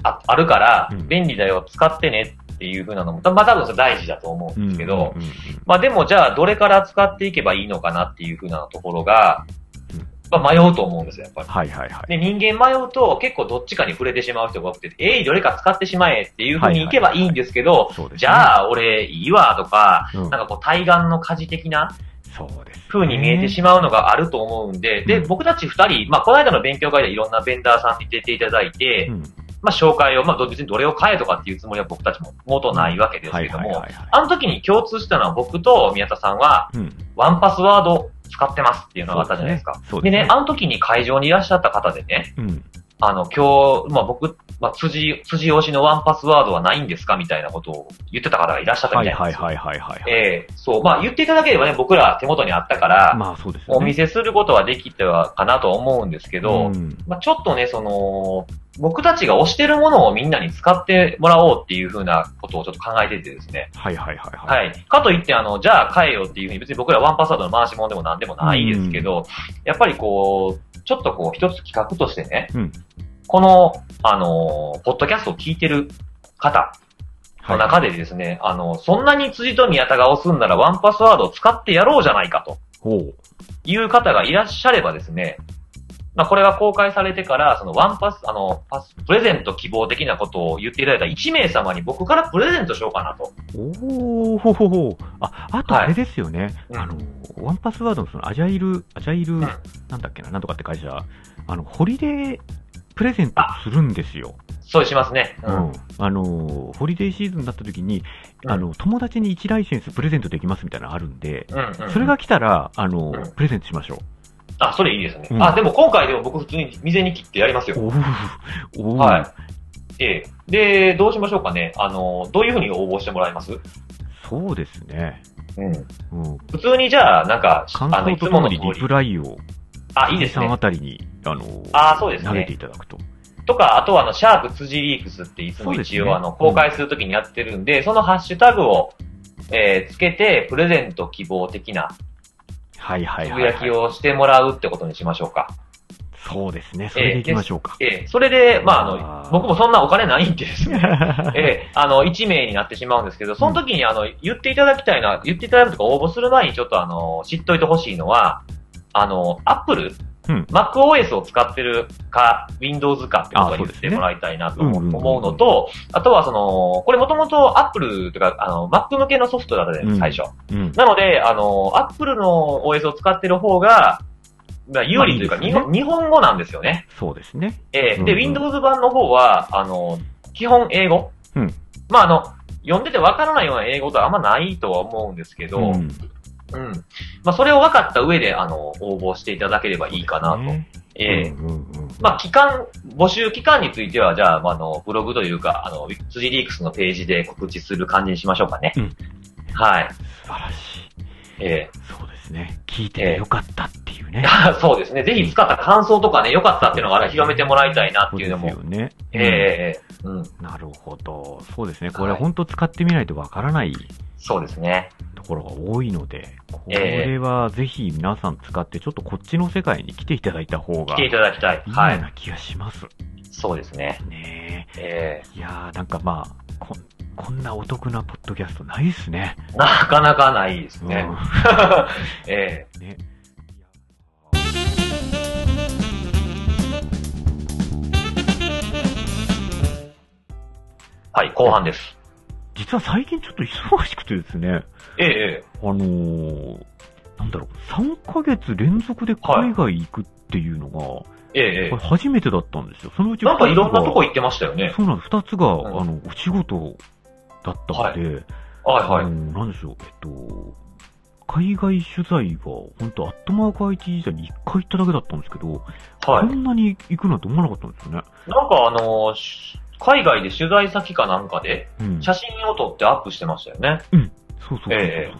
Speaker 2: ああるから
Speaker 1: う、ん
Speaker 2: 便利だよ、使ってねっていう風なのも、たまあ、多分それ大事だと思うんですけど、
Speaker 1: うんうん
Speaker 2: まあでもじゃあどれから使っていけばいいのかなっていう風なところが
Speaker 1: うん、
Speaker 2: まあ迷うと思うんですよ、やっぱり。
Speaker 1: はいはいはい。
Speaker 2: で、人間迷うと結構どっちかに触れてしまう人が多くて、えい、どれか使ってしまえっていう風にいけばいいんですけど、
Speaker 1: そうですね
Speaker 2: じゃあ俺いいわとか、
Speaker 1: うん
Speaker 2: なんかこう対岸の火事的な
Speaker 1: そうですね。
Speaker 2: 風に見えてしまうのがあると思うんで、で、
Speaker 1: うん
Speaker 2: 僕たち二人、まあこの間の勉強会でいろんなベンダーさんに出ていただいて、
Speaker 1: うん
Speaker 2: まあ紹介を、まあど別にどれを変えとかっていうつもりは僕たちも元ないわけです
Speaker 1: はい
Speaker 2: けど
Speaker 1: はい
Speaker 2: も、
Speaker 1: はいはい。
Speaker 2: あの時に共通したのは僕と宮田さんは、
Speaker 1: うん
Speaker 2: ワンパスワード使ってますっていうのがあったじゃないですか。
Speaker 1: そう
Speaker 2: で
Speaker 1: ですね
Speaker 2: ね、あの時に会場にいらっしゃった方でね、
Speaker 1: うん
Speaker 2: あの、今日、まあ僕、まあ辻、辻推しのワンパスワードはないんですかみたいなことを言ってた方がいらっしゃった
Speaker 1: は
Speaker 2: み
Speaker 1: い
Speaker 2: たいな
Speaker 1: は
Speaker 2: んで
Speaker 1: い
Speaker 2: すよ。
Speaker 1: はいはいはい。
Speaker 2: ええそう。まあ言っていただければね、僕ら手元にあったから、
Speaker 1: まあそうですよ
Speaker 2: お
Speaker 1: ね。
Speaker 2: 見せすることはできてはかなと思うんですけど、
Speaker 1: うん
Speaker 2: まあちょっとね、その、僕たちが推してるものをみんなに使ってもらおうっていうふうなことをちょっと考えててですね。
Speaker 1: はいはいはいはい。
Speaker 2: はい。かといって、あの、じゃあ変えようっていうふうに別に僕らワンパスワードの回し物でも何でもないですけど、やっぱりこう、ちょっとこう一つ企画としてね、
Speaker 1: うん
Speaker 2: この、あの、ポッドキャストを聞いてる方の中でですね、あの、そんなに辻と宮田が押すんならワンパスワードを使ってやろうじゃないかと。
Speaker 1: ほう。
Speaker 2: いう方がいらっしゃればですね、まあ、これが公開されてから、そのワンパス、あの、パス、プレゼント希望的なことを言っていただいた1名様に僕からプレゼントしようかなと。
Speaker 1: おー、ほほほ。あ、あと
Speaker 2: はい
Speaker 1: あれですよね。
Speaker 2: うん
Speaker 1: あの、ワンパスワードのそのアジャイル、アジャイル、
Speaker 2: ん
Speaker 1: なんだっけな、なんとかって会社、あの、ホリデープレゼントするんですよ。
Speaker 2: そうしますね。
Speaker 1: う
Speaker 2: うんん。。
Speaker 1: あの、ホリデーシーズンになった時に、
Speaker 2: うん
Speaker 1: あの、友達に1ライセンスプレゼントできますみたいなのあるんで、
Speaker 2: うん、うん。
Speaker 1: それが来たら、あの
Speaker 2: うん、
Speaker 1: プレゼントしましょ
Speaker 2: あ、それいいですね。
Speaker 1: うん
Speaker 2: あ、でも今回でも僕普通に未然に切ってやります
Speaker 1: う。
Speaker 2: よ。
Speaker 1: おー、おー。
Speaker 2: はい。ええ。で、どうしましょうかね。あの、どういうふうに応募してもらいます
Speaker 1: そうですね。
Speaker 2: うん。
Speaker 1: うん。
Speaker 2: 普通にじゃあ、なんか、
Speaker 1: 感
Speaker 2: あの、
Speaker 1: 想
Speaker 2: い
Speaker 1: と
Speaker 2: つ
Speaker 1: と
Speaker 2: もの
Speaker 1: も
Speaker 2: 通
Speaker 1: にリ
Speaker 2: り
Speaker 1: プ。ライを、
Speaker 2: あ、いいです
Speaker 1: さんあ
Speaker 2: ね。
Speaker 1: たりに、あの、
Speaker 2: あーそうですね
Speaker 1: 投げていただくと。
Speaker 2: とか、あとはあの、シャープ辻リークスっていつも
Speaker 1: そうです
Speaker 2: 一
Speaker 1: ね
Speaker 2: 応あの、公開するときにやってるんで、そのハッシュタグを、えー、つけて、プレゼント希望的な
Speaker 1: はいはい
Speaker 2: つ
Speaker 1: は
Speaker 2: ぶ
Speaker 1: い、は
Speaker 2: や
Speaker 1: い。
Speaker 2: きをしてもらうってことにしましょうか。
Speaker 1: そうですね、それでいきましょうか。
Speaker 2: えー、それで、まあ
Speaker 1: あー。
Speaker 2: あの、僕もそんなお金ないんでですね
Speaker 1: [laughs]
Speaker 2: えー、あの、1名になってしまうんですけど、その時にあの、言っていただきたいのは、言っていただくとか応募する前にちょっとあの、知っといてほしいのは、あの、Apple、
Speaker 1: うん
Speaker 2: MacOS を使ってるか、Windows かってことは言ってもらいたいなと思
Speaker 1: あそうですね
Speaker 2: 思うのと、あとはその、これもともと Apple とか、あの、Mac 向けのソフトだったじゃないですか、
Speaker 1: うん
Speaker 2: 最初。
Speaker 1: うん。
Speaker 2: なので、あの、Apple の OS を使ってる方が、まあ有利というか、
Speaker 1: まあいい
Speaker 2: 日
Speaker 1: ですね
Speaker 2: 本日本語なんですよね。
Speaker 1: そうですね。
Speaker 2: えー
Speaker 1: うんう
Speaker 2: で、
Speaker 1: ん
Speaker 2: Windows 版の方は、あの、基本英語。
Speaker 1: うん
Speaker 2: まあ、あの、読んでてわからないような英語とはあんまないとは思うんですけど、うん。
Speaker 1: ん、
Speaker 2: まあ、それを分かった上で、あの、応募していただければいいかなと。
Speaker 1: ね
Speaker 2: えー
Speaker 1: うんうんうん
Speaker 2: まあ、期間、募集期間については、じゃあ、まあ、あの、ブログというか、あの、辻リークスのページで告知する感じにしましょうかね。
Speaker 1: うん
Speaker 2: はい。
Speaker 1: 素晴らしい。
Speaker 2: え [laughs]
Speaker 1: そうですね。聞いててよかったっていうね
Speaker 2: え。そうですね。ぜひ使った感想とかね、良かったっていうのがあれば広めてもらいたいなっていうのも。
Speaker 1: そうですよね。
Speaker 2: ええうん。
Speaker 1: なるほど。そうですね。これ
Speaker 2: はい
Speaker 1: 本当使ってみないとわからない
Speaker 2: そうですね。
Speaker 1: ところが多いので、こ
Speaker 2: ええ
Speaker 1: れはぜひ皆さん使ってちょっとこっちの世界に来ていただいた方
Speaker 2: 来
Speaker 1: が
Speaker 2: て
Speaker 1: い
Speaker 2: い
Speaker 1: い
Speaker 2: ただきたい。
Speaker 1: よう
Speaker 2: はい。
Speaker 1: な気がします。
Speaker 2: そうですね。
Speaker 1: ね
Speaker 2: え
Speaker 1: え。いやー、なんかまあ、こんこんなお得なポッドキャストないですね。
Speaker 2: えなかなかないですね
Speaker 1: う。ん
Speaker 2: [laughs] え
Speaker 1: ね。
Speaker 2: えはい、後半です。
Speaker 1: 実は最近ちょっと忙しくてですね、
Speaker 2: えええ
Speaker 1: あのー、なんだろう、3ヶ月連続で海外行くっていうのが、
Speaker 2: ええええ
Speaker 1: これ初めてだったんですよ。そのうち
Speaker 2: なんかいろんなとこ
Speaker 1: 行
Speaker 2: 行ってましたよね。
Speaker 1: そうなんです。2つが、
Speaker 2: ん
Speaker 1: あの、お仕事だったんで、
Speaker 2: はいは
Speaker 1: あ。
Speaker 2: い
Speaker 1: のなんでしょう、えっと、海外取材が、本当アットマーク IT 時代に1回行っただけだったんですけど、
Speaker 2: は
Speaker 1: こ
Speaker 2: い。
Speaker 1: んなに行くなんて思わなかったんですよね。
Speaker 2: なんかあのーし海外で取材先かなんかで、
Speaker 1: うん。
Speaker 2: 写真を撮ってアップしてましたよね。
Speaker 1: そうそうそうそうそう。
Speaker 2: え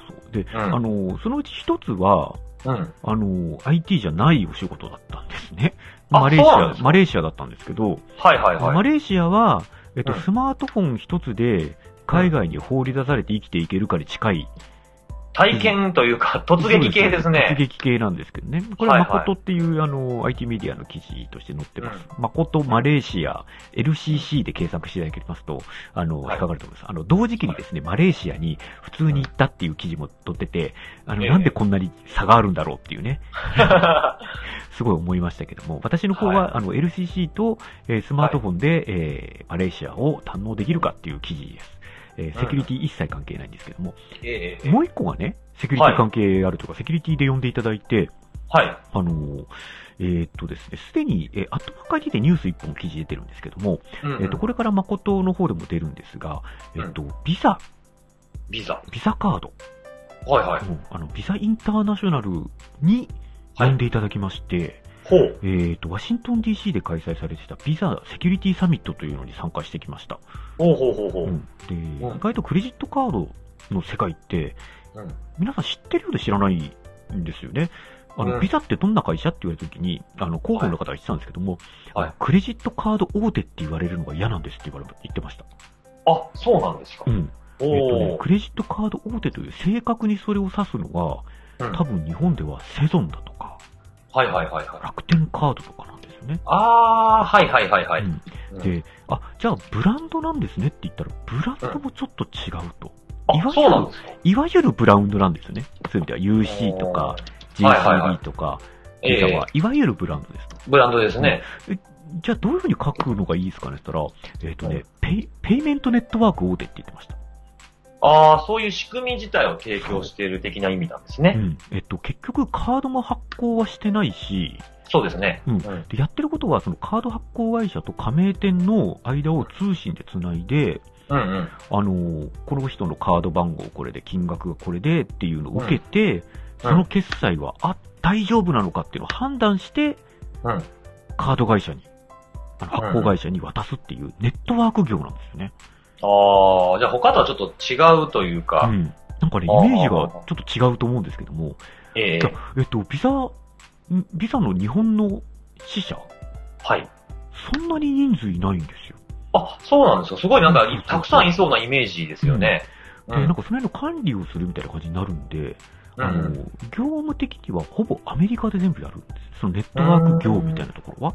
Speaker 1: で、
Speaker 2: うん
Speaker 1: あの、そのうち一つは、
Speaker 2: うん。
Speaker 1: あの、IT じゃないお仕事だったんですね。
Speaker 2: あ
Speaker 1: マレーシ
Speaker 2: そうなんで
Speaker 1: ア、
Speaker 2: すか
Speaker 1: マレーシアだったんですけど、
Speaker 2: はいはいは
Speaker 1: マ
Speaker 2: い。
Speaker 1: レーシアは、えっと、
Speaker 2: うん
Speaker 1: スマートフォン一つで、海外に放り出されて生きていけるかに近い。
Speaker 2: 体験というか、突撃系です
Speaker 1: 突
Speaker 2: ね。
Speaker 1: 撃系なんですけどね。これ
Speaker 2: はい
Speaker 1: は
Speaker 2: はい
Speaker 1: 誠っていう、あの、IT メディアの記事として載って
Speaker 2: [laughs]
Speaker 1: ます。誠、マレーシア、LCC で検索していただきますと、あの、引っ
Speaker 2: はい
Speaker 1: かかると思います。あの、同時期にですね、マレーシアに普通に行ったっていう記事も載ってて、あの、
Speaker 2: ええ
Speaker 1: なんでこんなに差があるんだろうっていうね。
Speaker 2: は
Speaker 1: すごい思いましたけども、私の方は、
Speaker 2: はい
Speaker 1: あの LCC と、えースマートフォンで、えーマレーシアを堪能できるかっていう記事です。えー
Speaker 2: うん
Speaker 1: セキュリティ一切関係ないんですけども、
Speaker 2: い。ええ
Speaker 1: もう一個がね、セキュリティ関係あるとか、セキュリティで呼んでいただいて、
Speaker 2: はい。
Speaker 1: あのーえーっとですね、すでに、えー、アットマーク ID でニュース一本記事出てるんですけども、
Speaker 2: うんうん
Speaker 1: えーっと、これから誠の方でも出るんですが、え
Speaker 2: うん
Speaker 1: ーっと、ビザ、
Speaker 2: ビザ。
Speaker 1: ビザカード、
Speaker 2: はいはい。
Speaker 1: うんあの、ビザインターナショナルに呼んでいただきまして、
Speaker 2: ほう。
Speaker 1: えー、とワシントン DC で開催されてたビザセキュリティサミットというのに参加してきました、
Speaker 2: ほうほうほうほう。
Speaker 1: うんで
Speaker 2: うん
Speaker 1: 意外とクレジットカードの世界って
Speaker 2: うん
Speaker 1: 皆さん知ってるようで知らないんですよねあの、
Speaker 2: うん
Speaker 1: ビザってどんな会社って言われた時にあの広報の方が言ってたんですけども、
Speaker 2: はい
Speaker 1: あのクレジットカード大手って言われるのが嫌なんですって言われ言ってました、
Speaker 2: あ、そうなんですか
Speaker 1: う。ん
Speaker 2: お
Speaker 1: えーとね
Speaker 2: お、
Speaker 1: クレジットカード大手という正確にそれを指すのは
Speaker 2: うん
Speaker 1: 多分日本ではセゾンだとか
Speaker 2: はいはいはいはい。
Speaker 1: 楽天カードとかなんですよね
Speaker 2: あー、はいはいはいは
Speaker 1: う
Speaker 2: い。
Speaker 1: んで、あ、じゃあブランドなんですねって言ったら、ブランドもちょっと違うと。いわゆ
Speaker 2: あ、
Speaker 1: る
Speaker 2: そうなんですか。
Speaker 1: いわゆるブランドなんですよね。そういう意味では UC とか GCB
Speaker 2: はいはいはい
Speaker 1: とか、
Speaker 2: ええ
Speaker 1: ビザはいわゆるブランドですと。
Speaker 2: ブランドですね。
Speaker 1: じゃあどういうふうに書くのがいいですかねって言ったら、えっ、とね、ペイ、ペイメントネットワーク大手って言ってました。
Speaker 2: ああ、そういう仕組み自体を提供している的な意味なんです
Speaker 1: う
Speaker 2: ね。
Speaker 1: ん。えっ、と、結局カードも発行はしてないし、
Speaker 2: そうですね。
Speaker 1: うん
Speaker 2: うん
Speaker 1: でやってることはそのカード発行会社と加盟店の間を通信でつないで、
Speaker 2: うんうん。
Speaker 1: あのーこの人のカード番号これで、金額がこれでっていうのを受けて、その決済は、あ、大丈夫なのかっていうのを判断して、
Speaker 2: うん
Speaker 1: カード会社に、あの
Speaker 2: うん
Speaker 1: 発行会社に渡すっていうネットワーク業なんですよね。
Speaker 2: ああ、じゃあ他とはちょっと違うという
Speaker 1: う
Speaker 2: か、
Speaker 1: ん。なんかね、イ
Speaker 2: あー
Speaker 1: メージがちょっと違うと思うんですけども、
Speaker 2: ええ
Speaker 1: じゃあえっと、ビザ、んビザの日本の支社、
Speaker 2: はい。
Speaker 1: そんなに人数いないんですよ。
Speaker 2: あ、そうなんですよ。すごいなんか
Speaker 1: うん、
Speaker 2: たくさんいそうなイメージですよね。
Speaker 1: で、
Speaker 2: うん
Speaker 1: なんかその辺の管理をするみたいな感じになるんで、
Speaker 2: うん
Speaker 1: あの、業務的にはほぼアメリカで全部やるんです。そのネットワーク業みたいなところは。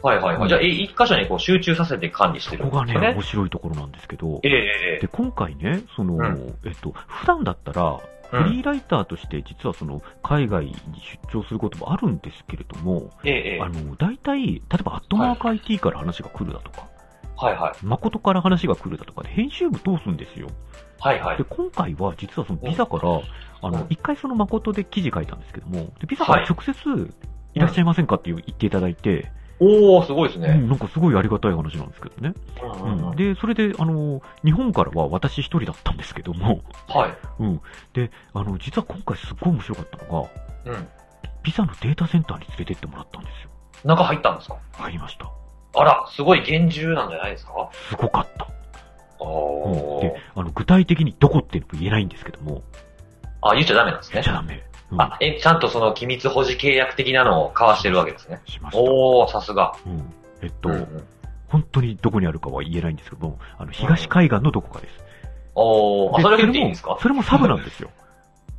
Speaker 2: はいはいはい。じゃあ、え一箇所にこう集中させて管理し
Speaker 1: そ
Speaker 2: てる
Speaker 1: こが
Speaker 2: んで
Speaker 1: ね
Speaker 2: すよ、ね
Speaker 1: 面。白いところなんですけど
Speaker 2: え、ええええ
Speaker 1: で、今回ね、その、
Speaker 2: うん
Speaker 1: えっと、普段だったら、
Speaker 2: え
Speaker 1: フリーライターとして実はその、海外に出張することもあるんですけれども、
Speaker 2: ええええ
Speaker 1: あの、大体、例えばアットマーク IT から話が来るだとか、
Speaker 2: はいはい。
Speaker 1: 誠から話が来るだとかで、編集部通すんですよ。
Speaker 2: はいはい
Speaker 1: で、。今回は実はそのビザから、あ
Speaker 2: うん
Speaker 1: の、一回その誠で記事書いたんですけども、でビザから直接、いらっしゃいませんかっていう言っていただいて、
Speaker 2: おー、すごいです
Speaker 1: う
Speaker 2: ね。
Speaker 1: んなんかすごいありがたい話なんですけどね。
Speaker 2: うんう
Speaker 1: うん
Speaker 2: うん
Speaker 1: ん、
Speaker 2: はい。
Speaker 1: で、それで、あの、日本からは私一人だったんですけども、あの、実は今回すっごい面白かったのが、
Speaker 2: うん。
Speaker 1: ビザのデータセンターに連れてってもらったんですよ。
Speaker 2: 中入ったんですか
Speaker 1: 入りました。
Speaker 2: あら、すごい厳重なんじゃないですか
Speaker 1: すごかった。うん
Speaker 2: おー
Speaker 1: で。、あの、具体的にどこっていうのも言えないんですけども、
Speaker 2: あ、言っちゃダメなんです
Speaker 1: 言
Speaker 2: ね
Speaker 1: っち。ゃダメ。うん、
Speaker 2: あ、え、ちゃんとその機密保持契約的なのを交わしてるわけですね。
Speaker 1: しました。
Speaker 2: おー、さすが。
Speaker 1: うん、えっと、
Speaker 2: うんうん
Speaker 1: 本当にどこにあるかは言えないんですけども、あの、東海岸のどこかです。
Speaker 2: おー、あ、
Speaker 1: で
Speaker 2: それだけ言っていいんですか
Speaker 1: それもそれもサブなんですよ。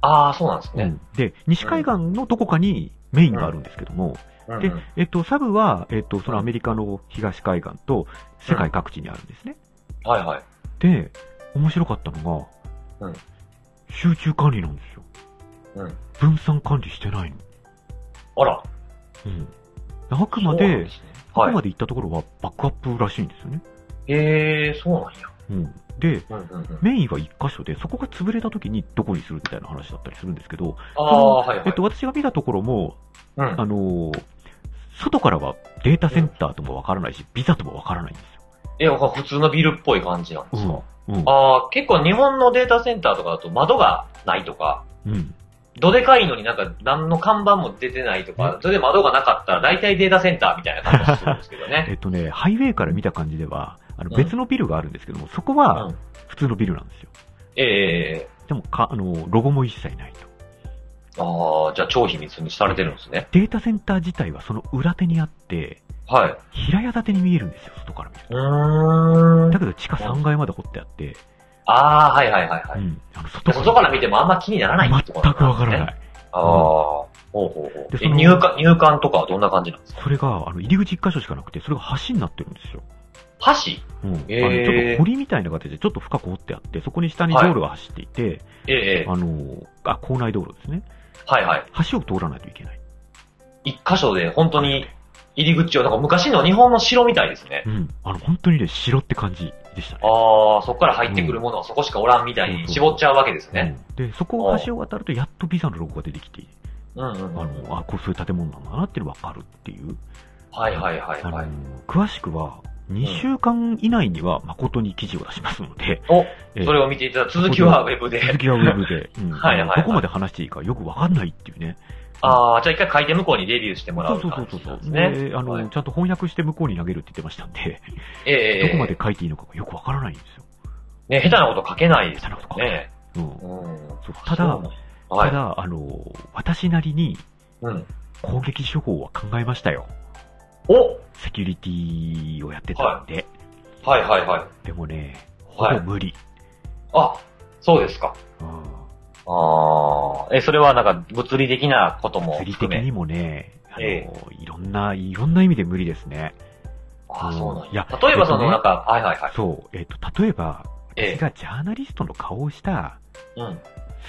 Speaker 2: あー、そうなんです
Speaker 1: う
Speaker 2: [laughs] ね。
Speaker 1: んで、西海岸のどこかにメインがあるんですけども、
Speaker 2: うん
Speaker 1: で、えっと、サブは、えっと、そのアメリカの東海岸と世界各地にあるんですね。
Speaker 2: はいはい。
Speaker 1: で、面白かったのが、
Speaker 2: うん
Speaker 1: 集中管理なんですよ。
Speaker 2: うん
Speaker 1: 分散管理してないの。
Speaker 2: あら、
Speaker 1: うんあくま
Speaker 2: そうなん
Speaker 1: で、
Speaker 2: すね
Speaker 1: あ
Speaker 2: は
Speaker 1: く
Speaker 2: い
Speaker 1: ま。で行ったところはバックアップらしいんですよね。
Speaker 2: えー、そうなんや。
Speaker 1: うんで、
Speaker 2: うんうんうん。
Speaker 1: メインは一箇所で、そこが潰れた時にどこにするみたいな話だったりするんですけど、
Speaker 2: あー、
Speaker 1: の
Speaker 2: はいはい
Speaker 1: えっ。と、私が見たところも、
Speaker 2: うん
Speaker 1: あのー外からはデータセンターともわからないし、ビザともわからないんです
Speaker 2: いや、普通のビルっぽい感じなんですか
Speaker 1: よ。うん。うん。
Speaker 2: あー、結構日本のデータセンターとかだと窓がないとか、
Speaker 1: うん。
Speaker 2: どでかいのになんか何の看板も出てないとか、それで窓がなかったら大体データセンターみたいな感じがするんですけどね。
Speaker 1: えっとね、ハイウェイから見た感じでは、あの
Speaker 2: うん
Speaker 1: 別のビル [laughs] があるんですけども、そこ
Speaker 2: う
Speaker 1: は
Speaker 2: ん
Speaker 1: 普通のビルなんですよ。
Speaker 2: ええ
Speaker 1: でもか、あのー、ロゴも一切ないと。
Speaker 2: ああ、じゃあ超秘密にされてるんですね。
Speaker 1: データセンター自体はその裏手にあって、
Speaker 2: はい。
Speaker 1: 平屋建てに見えるんですよ、外から見る
Speaker 2: う
Speaker 1: と。
Speaker 2: ーん
Speaker 1: だ。けど地下3階まで掘ってあって、
Speaker 2: ああ、はいはいはいは
Speaker 1: う
Speaker 2: い。
Speaker 1: ん。あの外
Speaker 2: 外から見てもあんま気にならないって
Speaker 1: 全
Speaker 2: こ
Speaker 1: く
Speaker 2: と
Speaker 1: わ
Speaker 2: なん
Speaker 1: か
Speaker 2: ですね
Speaker 1: らない。
Speaker 2: ああ、ほうほうほう
Speaker 1: で。
Speaker 2: え
Speaker 1: その
Speaker 2: 入管、入管とかはどんな感じなんですか
Speaker 1: それが、あの、入り口1箇所しかなくて、それが橋になってるんですよ。
Speaker 2: 橋
Speaker 1: うん。あの、
Speaker 2: へ
Speaker 1: ち
Speaker 2: ー
Speaker 1: ょっと堀みたいな形で、ちょっと深く掘ってあって、そこに下に道路が走っていて、
Speaker 2: ええええ
Speaker 1: あの、あ、校内道路ですね。
Speaker 2: はいはい。
Speaker 1: 橋を通らないといけない。
Speaker 2: 一箇所で本当に入り口を、なんか昔の日本の城みたいですね。
Speaker 1: うん。あの、本当にね、城って感じでしたね。
Speaker 2: ああ、そこから入ってくるものはそこしかおらんみたいに絞っちゃうわけですね。
Speaker 1: うんで、そこを橋を渡ると、やっとビザのロゴが出てきて、
Speaker 2: うんう
Speaker 1: あ
Speaker 2: んうん。
Speaker 1: の、あ、こうそういう建物なんだなっていうのがわかるっていう。
Speaker 2: はいはいはい
Speaker 1: あの
Speaker 2: はい。、
Speaker 1: 詳しくは、2週間以内には誠に記事を出しますので、
Speaker 2: お、
Speaker 1: えー
Speaker 2: それを見ていただ続きはウェブで。
Speaker 1: 続きはウェブで、うん
Speaker 2: はいはいはい
Speaker 1: どこまで話していいかよくわかんないっていうね。
Speaker 2: ああ、じゃあ一回書いて向こうにレビューしてもら
Speaker 1: そううそうそ
Speaker 2: 感
Speaker 1: う
Speaker 2: じ
Speaker 1: そ
Speaker 2: な
Speaker 1: うん
Speaker 2: で
Speaker 1: そ
Speaker 2: す
Speaker 1: う。
Speaker 2: ね。
Speaker 1: で、あの、
Speaker 2: はい
Speaker 1: ちゃんと翻訳して向こうに投げるって言ってましたんで、
Speaker 2: ええええ
Speaker 1: どこまで書いていいのかがよくわからないんですよ。
Speaker 2: ね、下手なこと書けないです
Speaker 1: 下手なことか。
Speaker 2: ね。
Speaker 1: うん。
Speaker 2: うん。
Speaker 1: そうただ、
Speaker 2: そうは
Speaker 1: た
Speaker 2: い。
Speaker 1: だ、あの、私なりに
Speaker 2: うん。
Speaker 1: 攻撃手法は考えましたよ。
Speaker 2: お
Speaker 1: セキュリティをやってたんで。
Speaker 2: はいはいはい。
Speaker 1: でもね、ほ
Speaker 2: はい
Speaker 1: ぼ無理。
Speaker 2: あ、そうですか。
Speaker 1: うん。
Speaker 2: ああ、え、それはなんか物理的なことも
Speaker 1: 釣り
Speaker 2: 含
Speaker 1: 的
Speaker 2: め。
Speaker 1: にもね、あの、
Speaker 2: え
Speaker 1: いろんな、いろんな意味で無理ですね。
Speaker 2: ああ、そうなん
Speaker 1: いや
Speaker 2: や。例えばそ
Speaker 1: えっとね
Speaker 2: のなんか、はいはいはい。
Speaker 1: そう、えっ、と、例えば、
Speaker 2: ええ
Speaker 1: 私がジャーナリストの顔をした
Speaker 2: うん。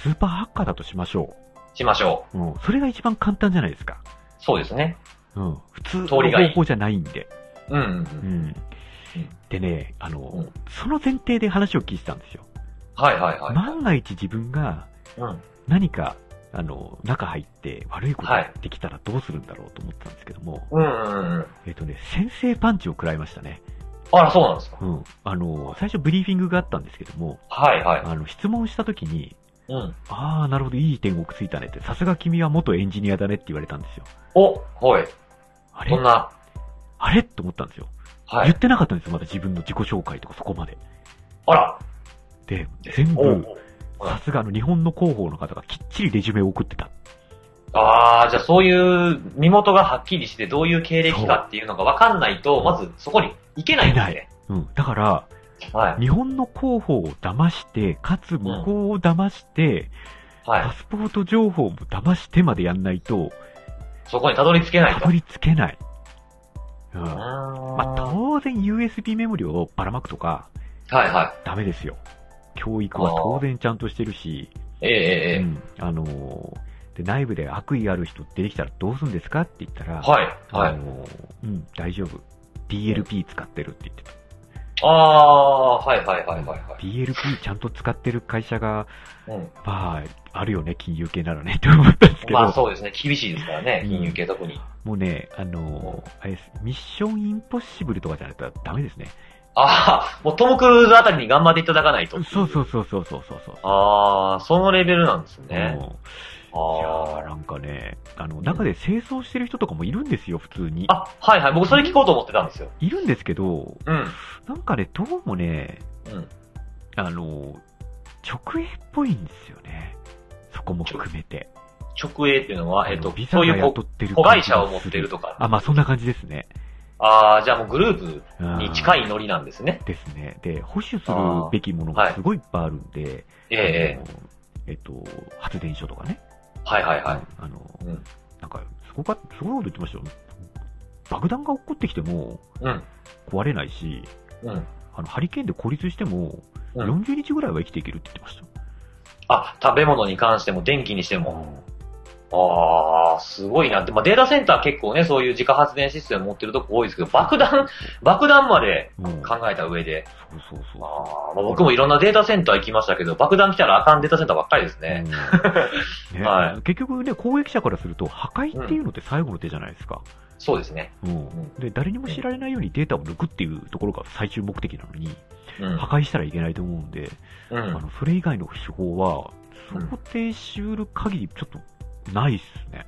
Speaker 1: スーパーハッカーだとしましょ
Speaker 2: しましょ
Speaker 1: う。うん。それが一番簡単じゃないですか。
Speaker 2: う。そうですね。
Speaker 1: うん。普通の
Speaker 2: 通りがいい
Speaker 1: 方法じゃないんで。
Speaker 2: うんうんう。
Speaker 1: うんん。でね、あの、
Speaker 2: うん
Speaker 1: その前提で話を聞いてたんですよ。
Speaker 2: はいはいはい。
Speaker 1: 万が一自分が
Speaker 2: うん。
Speaker 1: 何か、あの、中入って悪いこと
Speaker 2: は
Speaker 1: が
Speaker 2: い
Speaker 1: できたらどうするんだろうと思ってたんですけども、
Speaker 2: うんうんうん。
Speaker 1: えっ、とね、先制パンチを食らいましたね。
Speaker 2: あら、そうなんですか。
Speaker 1: うん。あの、最初ブリーフィングがあったんですけども、
Speaker 2: はいはい。
Speaker 1: あの、質問した時に、
Speaker 2: うん。
Speaker 1: ああ、なるほど、いい点をくついたねって、さすが君は元エンジニアだねって言われたんですよ。
Speaker 2: お、はい。
Speaker 1: あ
Speaker 2: そん
Speaker 1: れ
Speaker 2: な、
Speaker 1: あれと思ったんですよ。
Speaker 2: は
Speaker 1: 言
Speaker 2: い
Speaker 1: っ。てなかったんですよ、まだ自分の自己紹介とかそこまで。
Speaker 2: あら、
Speaker 1: で、全
Speaker 2: お
Speaker 1: 部、
Speaker 2: うおう
Speaker 1: さすがあの日本の広報の方がきっちりレジュメを送ってた。
Speaker 2: ああ、じゃあそういう身元がはっきりして、どういう経歴かっていうのが分かんないと、まずそこに行けないんですね。
Speaker 1: うん。だから、
Speaker 2: はい。
Speaker 1: 日本の広報を騙して、かつ向こうを騙して、
Speaker 2: は
Speaker 1: パ
Speaker 2: い。
Speaker 1: スポート情報も騙してまでやんないと、
Speaker 2: そこにたどり着けない
Speaker 1: た
Speaker 2: と。
Speaker 1: どり着けない。うん。
Speaker 2: うーん
Speaker 1: まあ、当然 USB メモリをばらまくとか、
Speaker 2: はいは
Speaker 1: ダメですよ。教育は当然ちゃんとしてるし、
Speaker 2: い。ええええ
Speaker 1: う
Speaker 2: え
Speaker 1: ん、あのーで、内部で悪意ある人出てきたらどうするんですかって言ったら、
Speaker 2: え。はい。は
Speaker 1: あ
Speaker 2: い。
Speaker 1: のーうん、大丈夫。DLP 使ってるって言ってた。
Speaker 2: ああ、はいはいはいはいはい。
Speaker 1: DLP ちゃんと使ってる会社が、
Speaker 2: うん。
Speaker 1: まあ、あるよね、金融系ならね、って思ったんですけど、
Speaker 2: まあそうですね。厳しいですからね。
Speaker 1: うん
Speaker 2: 金融系特に。
Speaker 1: もうね、あのーあれです、ミッションインポッシブルとかじゃないとダメですね。
Speaker 2: ああ、もうトム・クルーズあたりに頑張っていただかないと。
Speaker 1: そうそうそうそうそうそうそう。
Speaker 2: ああ、そのレベルなんですね。
Speaker 1: うんいやー
Speaker 2: あ
Speaker 1: なんかね、あの、中で清掃してる人とかもいるんですよ、普通に
Speaker 2: あ。。あ、はいはい。僕それ聞こうと思ってたんですよ。
Speaker 1: いるんですけど、
Speaker 2: うん。
Speaker 1: なんかね、どうもね、
Speaker 2: うん。
Speaker 1: あの、直営っぽいんですよね。そこも含めて。
Speaker 2: 直営っていうのは、えっ
Speaker 1: あ
Speaker 2: と
Speaker 1: のビ、ザ
Speaker 2: そうい
Speaker 1: が
Speaker 2: うこ
Speaker 1: 雇ってる
Speaker 2: 子
Speaker 1: 感
Speaker 2: 会
Speaker 1: じが
Speaker 2: 社を持ってる
Speaker 1: す
Speaker 2: とか。
Speaker 1: あ、まあそんな感じですね。
Speaker 2: ああ、じゃあもうグルー
Speaker 1: うん
Speaker 2: プに近いノリなんですね。
Speaker 1: ですね。で、保守するべきものがすごいいっぱいあるんで、
Speaker 2: え
Speaker 1: あのえ
Speaker 2: え、
Speaker 1: っと、発電所とかね。
Speaker 2: はいはいはい。
Speaker 1: あの、
Speaker 2: うん
Speaker 1: なんか、すごか、すごいこと言ってましたよ。爆弾が起こってきても
Speaker 2: うん。
Speaker 1: 壊れないし、
Speaker 2: うん。
Speaker 1: あの、ハリケーンで孤立しても、
Speaker 2: うん
Speaker 1: 40日ぐらいは生きていけるって言ってました。
Speaker 2: あ、食べ物に関しても、電気にしても。ああ、すごいな。でまあ、データセンター結構ね、そういう自家発電システム持ってるとこ多いですけど、爆弾、爆弾まで
Speaker 1: うん
Speaker 2: 考えた上で。
Speaker 1: そうそう
Speaker 2: あ
Speaker 1: そ
Speaker 2: ー
Speaker 1: う。
Speaker 2: まあ、僕もいろんなデータセンター行きましたけど、爆弾来たらあかんデータセンターばっかりですね。
Speaker 1: うん
Speaker 2: [laughs]
Speaker 1: ね
Speaker 2: は
Speaker 1: 結局ね、攻撃者からすると、破壊っていうのって最後の手じゃないですか。
Speaker 2: そうですね。
Speaker 1: うん
Speaker 2: ん
Speaker 1: で誰にも知られないようにデータを抜くっていうところが最終目的なのに、
Speaker 2: うん。
Speaker 1: 破壊したらいけないと思うんで、
Speaker 2: う
Speaker 1: あ
Speaker 2: ん。
Speaker 1: のそれ以外の手法は、
Speaker 2: うん
Speaker 1: 想定しうる限り、ちょっとないっすね。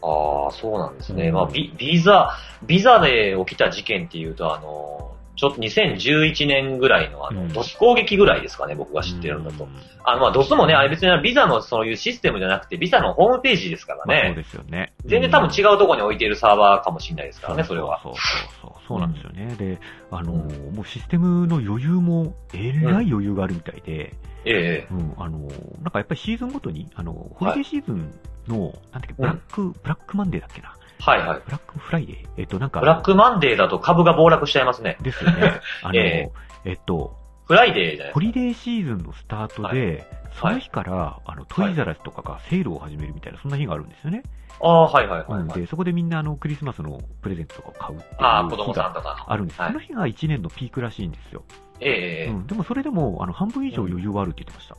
Speaker 2: ああ、そうなんですね。
Speaker 1: うん
Speaker 2: まあ、ビビザ、ビザで起きた事件っていうと、あの、ちょっと2011年ぐらいの、あ
Speaker 1: う
Speaker 2: の、
Speaker 1: ん
Speaker 2: ドス攻撃ぐらいですかね、僕が知ってるんだと。
Speaker 1: うん
Speaker 2: あの、まあ、ドスもね、あれ別にビザのそういうシステムじゃなくて、ビザのホームページですから
Speaker 1: まあそう
Speaker 2: ね。
Speaker 1: ですよね。
Speaker 2: 全然多分違
Speaker 1: う
Speaker 2: うところに置いているサーバーかもしれないですからね、それは。
Speaker 1: そうそうそう。そうなんですよね。で、あのーもうシステムの余裕も、えらい余裕があるみたいで、
Speaker 2: ええ。
Speaker 1: うん、あの、なんかやっぱりシーズンごとに、あの、ホリデーシーズンの、なんだっけ、ブラック、ブラックマンデーだっけな。
Speaker 2: はいはい。
Speaker 1: ブラックフライデー。えっと、なんか、
Speaker 2: ブラックマンデーだと株が暴落しちゃいますね。
Speaker 1: ですよ
Speaker 2: [laughs]
Speaker 1: ね。あの、
Speaker 2: え
Speaker 1: えっと、
Speaker 2: フライデーじゃない
Speaker 1: ホリデーシーズンのスタートで、その日から、あの、トイザラスとかがセールを始めるみたいな、そんな日があるんですよね。
Speaker 2: ああ、はいはいはい
Speaker 1: うん
Speaker 2: はい。
Speaker 1: で、そこでみんな、あの、クリスマスのプレゼントとかを買うっていう
Speaker 2: ああ、
Speaker 1: 日
Speaker 2: 子供さん
Speaker 1: が
Speaker 2: とか。
Speaker 1: あるんです。
Speaker 2: はい
Speaker 1: その日が1年のピークらしいんですよ。
Speaker 2: えええ
Speaker 1: う
Speaker 2: え。
Speaker 1: ん、でもそれでも、あの、半分以上余裕はあるって言ってました。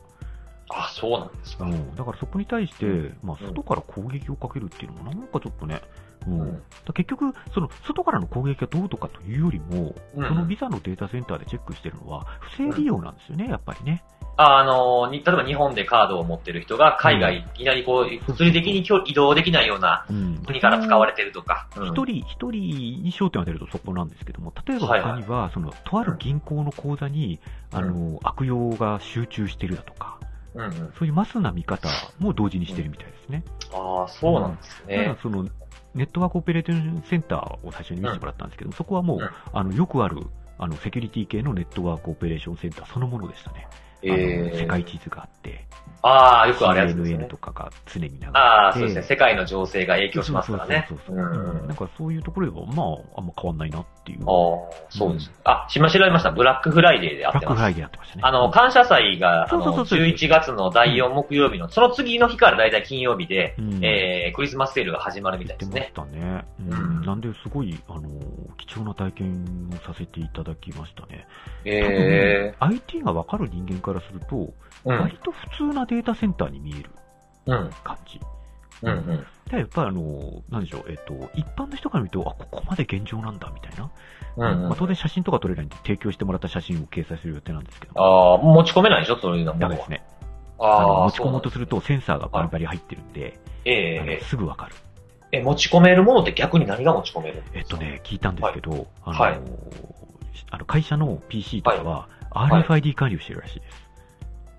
Speaker 2: ああ、そうなんです
Speaker 1: う
Speaker 2: か。
Speaker 1: ん、だからそこに対して、まあ、外から攻撃をかけるっていうのも、なんかちょっとね、う
Speaker 2: うんん。
Speaker 1: だから結局、その外からの攻撃がどうとかというよりも、
Speaker 2: うん
Speaker 1: そのビザのデータセンターでチェックしてるのは、不正利用なんですよね、やっぱりね。
Speaker 2: あの、に例えば日本でカードを持ってる人が海外、いきなりこう、物理的に今日移動できないような
Speaker 1: うん
Speaker 2: 国から使われてるとか。うん
Speaker 1: 一人、一人に焦点を当てるとそこなんですけども、例えば
Speaker 2: はいはい
Speaker 1: 他には、その、とある銀行の口座に、あの、悪用が集中してるだとか、
Speaker 2: うんうん。
Speaker 1: そういうマスな見方も同時にしてるみたいですね。
Speaker 2: ああ、そうなんです
Speaker 1: ただ
Speaker 2: ね。
Speaker 1: その、ネットワークオペレーションセンターを最初に見せてもらったんですけども、そこはも
Speaker 2: うん
Speaker 1: う、あの、よくある、あの、セキュリティ系のネットワークオペレーションセンターそのものでしたね。あの
Speaker 2: え
Speaker 1: 世
Speaker 2: ー
Speaker 1: 界地図があって、
Speaker 2: ああ、よくあるやつです
Speaker 1: CNN
Speaker 2: ね。
Speaker 1: とかが常に流れてて
Speaker 2: ああ、そうですね。世界の情勢が影響しますからね
Speaker 1: そう。そううそうそううん
Speaker 2: ん。
Speaker 1: な
Speaker 2: あ
Speaker 1: んかそういうところでは、まあ、あんま変わんないなっていう。
Speaker 2: あ、そうです。あ、しましらいました。ブラックフライデーで
Speaker 1: ブ
Speaker 2: あ
Speaker 1: ラ
Speaker 2: っ
Speaker 1: ッ
Speaker 2: て
Speaker 1: クフ
Speaker 2: ま
Speaker 1: ラ
Speaker 2: す。
Speaker 1: イデーやってましたね。
Speaker 2: あの、感謝祭が、あ
Speaker 1: そうそ
Speaker 2: の、
Speaker 1: うそうそう
Speaker 2: 11月の第4木曜日の、その次の日からだいたい金曜日で、
Speaker 1: うん、
Speaker 2: えー、クリスマスセールが始まるみたいで
Speaker 1: や
Speaker 2: す
Speaker 1: ってま
Speaker 2: ね
Speaker 1: し。たね。うん
Speaker 2: うん
Speaker 1: なんで、すごい、あの、貴重な体験をさせていただきましたね。
Speaker 2: え
Speaker 1: 多分 IT がわかる人間からすると、
Speaker 2: ー、うん、
Speaker 1: 割と普通なデータセンターに見える
Speaker 2: うん、
Speaker 1: 感じ。
Speaker 2: うん、うん。
Speaker 1: で、やっぱりあの、なんでしょう、えっと、一般の人から見ると、あ、ここまで現状なんだ、みたいな。
Speaker 2: うんうん
Speaker 1: まあ、当然写真とか撮れないんで、提供してもらった写真を掲載する予定なんですけども。
Speaker 2: ああ、持ち込めないでしょそういうの
Speaker 1: ダメ
Speaker 2: もの
Speaker 1: で
Speaker 2: は
Speaker 1: す。ね。あの
Speaker 2: ああ、
Speaker 1: 持ち込もうとするとセンサーがバリバリ入ってるんで、
Speaker 2: そうなんです
Speaker 1: あ
Speaker 2: ね。え
Speaker 1: の
Speaker 2: え
Speaker 1: すぐわかる。
Speaker 2: え、持ち込めるものって逆に何が持ち込めるん
Speaker 1: え
Speaker 2: で
Speaker 1: っ
Speaker 2: すか
Speaker 1: と。ね、聞いたんですけど、あの、
Speaker 2: はい
Speaker 1: あの会社の PC とかは、
Speaker 2: い
Speaker 1: RFID 管理をしてるらしいです。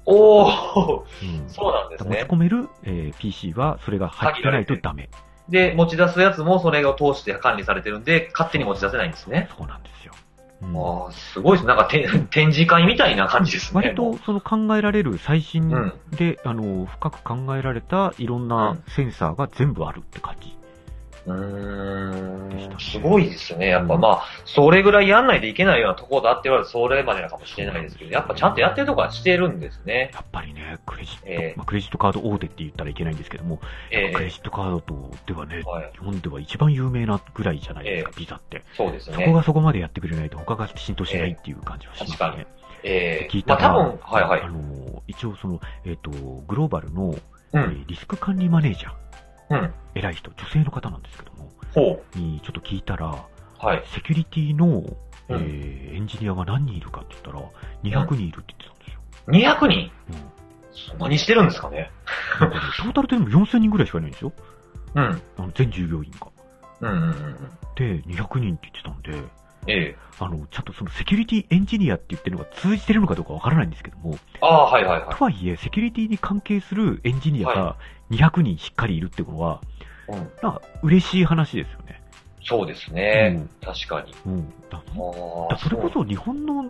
Speaker 2: おお、
Speaker 1: うん
Speaker 2: そうなんです
Speaker 1: 持ち
Speaker 2: ね
Speaker 1: 込。める、えー PC はそれが入ってないとダメ。
Speaker 2: で、持ち出すやつもそれを通して管理されてるんで、勝手に持ち出せないんですね。
Speaker 1: そうなんですよ。うん
Speaker 2: ああ、すごいです。なんかて [laughs] 展示会みたいな感じですね。
Speaker 1: 割とその考えられる最新
Speaker 2: うん
Speaker 1: で、あの深く考えられたいろんなセンサーが全部あるって感じ。
Speaker 2: うーん、すごいですね。やっぱまあ、それぐらいやんないといけないようなところだって言われるそれまでなのかもしれないですけど、やっぱちゃんとやってるとこはしてるんですね。
Speaker 1: やっぱりね、クレジット、
Speaker 2: ええ
Speaker 1: まあ、クレジットカード大手って言ったらいけないんですけども、
Speaker 2: え
Speaker 1: クレ
Speaker 2: え
Speaker 1: ジットカードとではね、
Speaker 2: はい
Speaker 1: 日本では一番有名なぐらいじゃないですか、ビザって。
Speaker 2: そうです
Speaker 1: そこ
Speaker 2: ね。
Speaker 1: がそこまでやってくれないと他が浸透しないっていう感じはしますね。
Speaker 2: え
Speaker 1: 聞
Speaker 2: え
Speaker 1: い
Speaker 2: ま
Speaker 1: た
Speaker 2: あ
Speaker 1: ら、
Speaker 2: 多分、はいは
Speaker 1: あ
Speaker 2: い。
Speaker 1: の、一応その、えっ、と、グローバルの、
Speaker 2: う
Speaker 1: え
Speaker 2: ん、
Speaker 1: ーリスク管理マネージャー、
Speaker 2: うん、
Speaker 1: 偉い人、女性の方なんですけども、
Speaker 2: ほ
Speaker 1: にちょっと聞いたら、
Speaker 2: う、はい。
Speaker 1: セキュリティの、え
Speaker 2: う
Speaker 1: ーエンジニアが何人いるかって言ったら、200人いるって言ってたんですよ。
Speaker 2: 200人
Speaker 1: うん
Speaker 2: 何してるんですかね
Speaker 1: なんかねトータルでも4000人ぐらいしかいないんですよ。
Speaker 2: うん、
Speaker 1: あの全従業員が。
Speaker 2: うん、うんうん。
Speaker 1: で、200人って言ってたんで、
Speaker 2: ええ
Speaker 1: あの、ちゃんとそのセキュリティエンジニアって言ってるのが通じてるのかどうかわからないんですけども、
Speaker 2: ああ、はいはいは
Speaker 1: とはいえ、セキュリティに関係するエンジニアが200人しっかりいるってことは、
Speaker 2: い。うん、
Speaker 1: なんか嬉しい話ですよね。
Speaker 2: そうですね。確かに。
Speaker 1: うん。うん。だ
Speaker 2: あ
Speaker 1: だ
Speaker 2: あ、
Speaker 1: それこそ日本のね、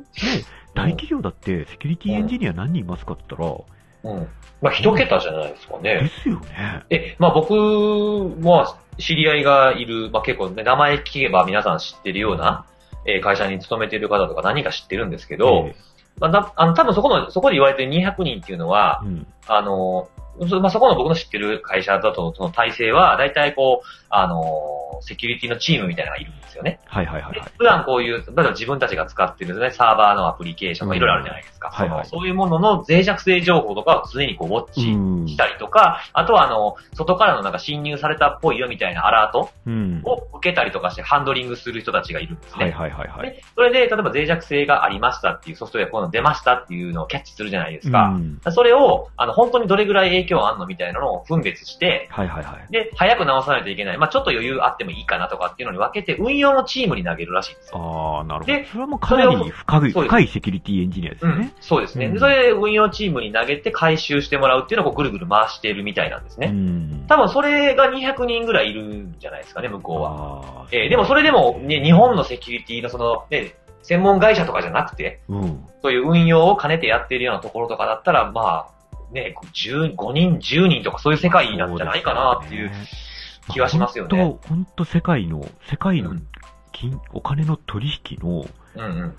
Speaker 1: 大企業だってセキュリティエンジニア何人いますかって言った
Speaker 2: そう。うん。まあ、一桁じゃないですかね。
Speaker 1: ら、ですよね。
Speaker 2: え、まあ僕は知り合いがいる、まあ結構ね、名前聞けば皆さん知ってるような、えー会社に勤めている方とか何人か知ってるんですけど、
Speaker 1: え
Speaker 2: まあな、あの、多分そこの、そこで言われてる200人っていうのは
Speaker 1: え、うん。
Speaker 2: あの、そまあ、そこの僕の知ってる会社だと、その体制は、大体こう、あの、セキュリティのチームみたいなのがいるんですよね。
Speaker 1: はいはいはい
Speaker 2: で
Speaker 1: はい。
Speaker 2: 普段こういう、例えば自分たちが使ってるね、サーバーのアプリケーションとかいろいろあるじゃないですか。
Speaker 1: うんはいはい
Speaker 2: そのそういうものの脆弱性情報とかを常にこう、ウォッチ
Speaker 1: うん
Speaker 2: したりとか、あとはあの、外からのなんか侵入されたっぽいよみたいなアラート
Speaker 1: うん。
Speaker 2: を受けたりとかしてハンドリングする人たちがいるんですね。
Speaker 1: はいはいはいはい。
Speaker 2: でそれで、例えば脆弱性がありましたっていうソフトウェア、こういうの出ましたっていうのをキャッチするじゃないです
Speaker 1: う
Speaker 2: か。
Speaker 1: ん
Speaker 2: それを、あの、本当にどれぐらい影響あんのみたいなのを分別して、
Speaker 1: はいはいはい。
Speaker 2: で、早く直さないといけない。まあちょっと余裕あってもいいかなとかっていうのに分けて、運用のチームに投げるらしいんですよ。
Speaker 1: ああ、なるほど
Speaker 2: で。
Speaker 1: それはもうかな
Speaker 2: それ
Speaker 1: り
Speaker 2: を
Speaker 1: 深い、
Speaker 2: そうです
Speaker 1: 深いセキュリティエンジニアです
Speaker 2: う
Speaker 1: よ
Speaker 2: ん
Speaker 1: ね。、
Speaker 2: そうですね。
Speaker 1: うん
Speaker 2: でそれで運用チームに投げて回収してもらうっていうのをこうぐるぐる回してるみたいなんですね。
Speaker 1: ん。
Speaker 2: 多分それが200人ぐらいいるんじゃないですかね、向こうは。
Speaker 1: あー
Speaker 2: えーでもそれでも、ね、日本のセキュリティのその、ね、専門会社とかじゃなくて、
Speaker 1: うん。
Speaker 2: そういう運用を兼ねてやっているようなところとかだったら、まあ、ね、10 5人、10人とかそういう世界なんじゃないかなっていう
Speaker 1: そです
Speaker 2: 気はしますよね。
Speaker 1: 本当、本当世界の、世界の
Speaker 2: うん
Speaker 1: 金、お金の取引の
Speaker 2: うんうん。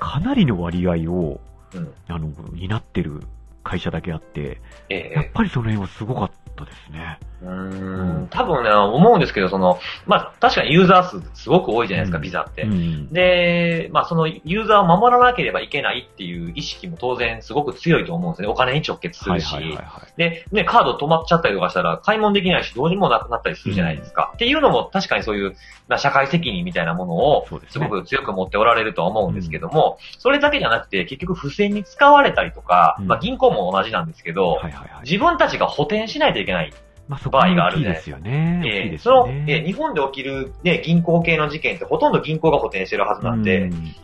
Speaker 1: かなりの割合を、
Speaker 2: うん
Speaker 1: あの、担ってる会社だけあって、
Speaker 2: え
Speaker 1: やっ
Speaker 2: え
Speaker 1: ぱりその辺はすごかったですね。
Speaker 2: うーん。多分ね、思うんですけど、その、まあ、確かにユーザー数すごく多いじゃないですか、
Speaker 1: うん
Speaker 2: ビザって。
Speaker 1: うん。
Speaker 2: で、まあ、そのユーザーを守らなければいけないっていう意識も当然すごく強いと思うんですね。お金に直結す
Speaker 1: は
Speaker 2: る
Speaker 1: い
Speaker 2: し。
Speaker 1: はいはいはい。
Speaker 2: で、ね、カード止まっちゃったりとかしたら、買い物できないし、どうにもなくなったりするじゃないですか。っていうのも、確かにそういう、まあ社会責任みたいなものを、
Speaker 1: そうですす
Speaker 2: ご
Speaker 1: ね。
Speaker 2: く強く持っておられるとは思うんですけども、それだけじゃなくて、結局不正に使われたりとか、
Speaker 1: うん
Speaker 2: まあ銀行も同じなんですけど、
Speaker 1: はいはいはい。
Speaker 2: 自分たちが補填しないといけない。
Speaker 1: まあ、そこ
Speaker 2: 場合
Speaker 1: が
Speaker 2: があ
Speaker 1: 大
Speaker 2: る
Speaker 1: きい
Speaker 2: ね
Speaker 1: ですよね。大きい
Speaker 2: えー
Speaker 1: です
Speaker 2: その
Speaker 1: よ、
Speaker 2: えー
Speaker 1: ね。
Speaker 2: 日本で起きる、ね、銀行系の事件ってほとんど銀行が補填してるはずなん
Speaker 1: う
Speaker 2: で、
Speaker 1: ん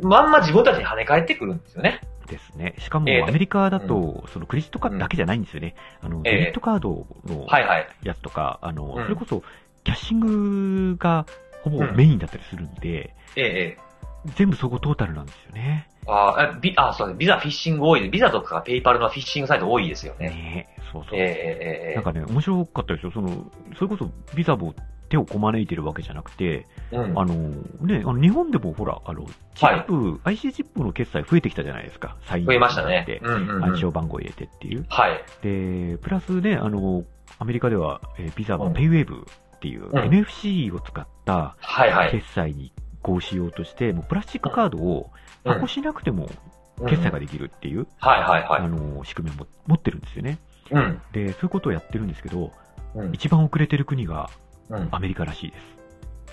Speaker 2: まんま自分たちに跳ね返ってくるんですよね。
Speaker 1: ですね。しかも
Speaker 2: えー、と
Speaker 1: アメリカだと、そのクレジットカードだけじゃないんですよね。あの、
Speaker 2: え
Speaker 1: デ
Speaker 2: ー
Speaker 1: ビットカードの
Speaker 2: はいはい。
Speaker 1: やつとか、あの、
Speaker 2: うん
Speaker 1: それこそ、キャッシングがほぼメインだったりするんで、
Speaker 2: えーえ
Speaker 1: 全部そこトータルなんですよね。
Speaker 2: ーあーあビあ、そうですビザフィッシング多いです。ビザとかペイパルのフィッシングサイト多いですよね。
Speaker 1: ねえそうそう。
Speaker 2: ええええええ
Speaker 1: なんかね、面白かったですよ。その、それこそビザも手をこまねいてるわけじゃなくて、
Speaker 2: うん
Speaker 1: あの、ね、あの日本でもほら、あの、チップ、IC チップの決済増えてきたじゃないですか。サイン
Speaker 2: 増えました
Speaker 1: って
Speaker 2: ね。うんうん、う
Speaker 1: 暗
Speaker 2: ん。
Speaker 1: 証番号入れてっていう。
Speaker 2: はい。
Speaker 1: で、プラスね、あの、アメリカでは、えービザ
Speaker 2: う
Speaker 1: は
Speaker 2: ん
Speaker 1: ペイウェーブっていう、
Speaker 2: ん
Speaker 1: NFC を使った
Speaker 2: はいはい。
Speaker 1: 決済に移行しようとして、もうプラスチックカードを
Speaker 2: うん
Speaker 1: 箱しなくても決済が
Speaker 2: うん
Speaker 1: できるっていう、
Speaker 2: はいはいは
Speaker 1: あ
Speaker 2: い。
Speaker 1: の、仕組みをも持ってるんですよね。
Speaker 2: うん。
Speaker 1: で、そういうことをやってるんですけど、
Speaker 2: うん。
Speaker 1: 一番遅れてる国が
Speaker 2: うん
Speaker 1: アメリカらしいです。